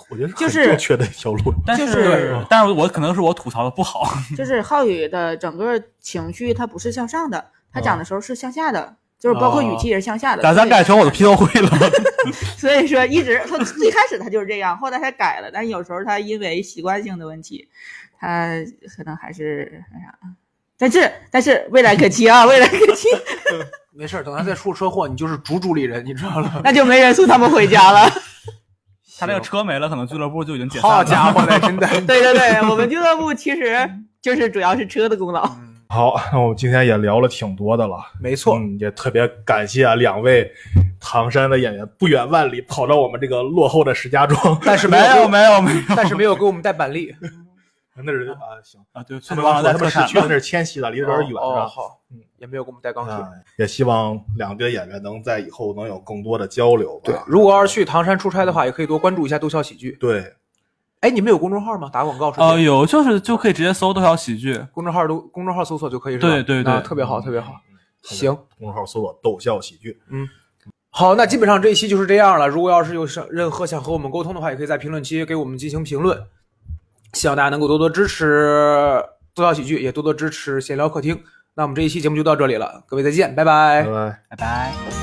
Speaker 1: 我觉得
Speaker 3: 就
Speaker 1: 很
Speaker 3: 是
Speaker 1: 正确的一条路。
Speaker 4: 但
Speaker 3: 就是是，
Speaker 4: 但是我可能是我吐槽的不好，
Speaker 3: 就是浩宇的整个情绪，它不是向上的，他讲的时候是向下的，就是包括语气也是向下的。
Speaker 4: 嗯哦打算
Speaker 3: 所以
Speaker 4: 改成我的批斗会了。
Speaker 3: 所以说一直他最开始他就是这样，后来他改了，但有时候他因为习惯性的问题，他可能还是那啥。但是但是未来可期啊，未来可期，
Speaker 2: 没事儿，等他再出车祸，你就是主主理人，你知道了。
Speaker 3: 那就没人送他们回家了。
Speaker 4: 他那个车没了，可能俱乐部就已经 解散了。
Speaker 2: 好家伙嘞，真的。
Speaker 3: 对对对，我们俱乐部其实就是主要是车的功劳。
Speaker 2: 嗯，
Speaker 1: 好，那我们今天也聊了挺多的了，
Speaker 2: 没错，
Speaker 1: 嗯，也特别感谢啊两位唐山的演员不远万里跑到我们这个落后的石家庄，
Speaker 2: 但是
Speaker 4: 没有没有没有
Speaker 2: 但是没有给我们带板 栗，
Speaker 1: 那是啊行，
Speaker 4: 啊，对，
Speaker 1: 他
Speaker 4: 错
Speaker 1: 们
Speaker 4: 忘了
Speaker 1: 他
Speaker 4: 在
Speaker 1: 们
Speaker 4: 特
Speaker 1: 市
Speaker 4: 产
Speaker 1: 区那是迁徙的，离得有点远是
Speaker 2: 哦，哦
Speaker 1: 吧？
Speaker 2: 好
Speaker 1: 嗯，
Speaker 2: 也没有给我们带钢
Speaker 1: 啊
Speaker 2: 铁。，
Speaker 1: 也希望两队演员能在以后能有更多的交流吧。
Speaker 2: 对，如果要是去唐山出差的话，也可以多关注一下逗笑喜剧。
Speaker 1: 对，哎
Speaker 2: 哎，你们有公众号吗？打广告顺
Speaker 4: 哦，
Speaker 2: 便。
Speaker 4: 有就是就可以直接搜多少喜剧，
Speaker 2: 公众号都公众号搜索就可以是吧？
Speaker 4: 对对对嗯
Speaker 2: 啊特别好，特别好。行，
Speaker 1: 公众号搜索“逗笑喜剧
Speaker 2: 好，那基本上这一期就是这样了。如果要是有想任何想和我们沟通的话，也可以在评论区给我们进行评论。希望大家能够多多支持多笑喜剧，也
Speaker 4: 哎
Speaker 2: 多多支持闲聊客厅。那我们这一期节目就到这里了，各位再见，拜”，拜
Speaker 1: 拜拜。
Speaker 4: 拜拜。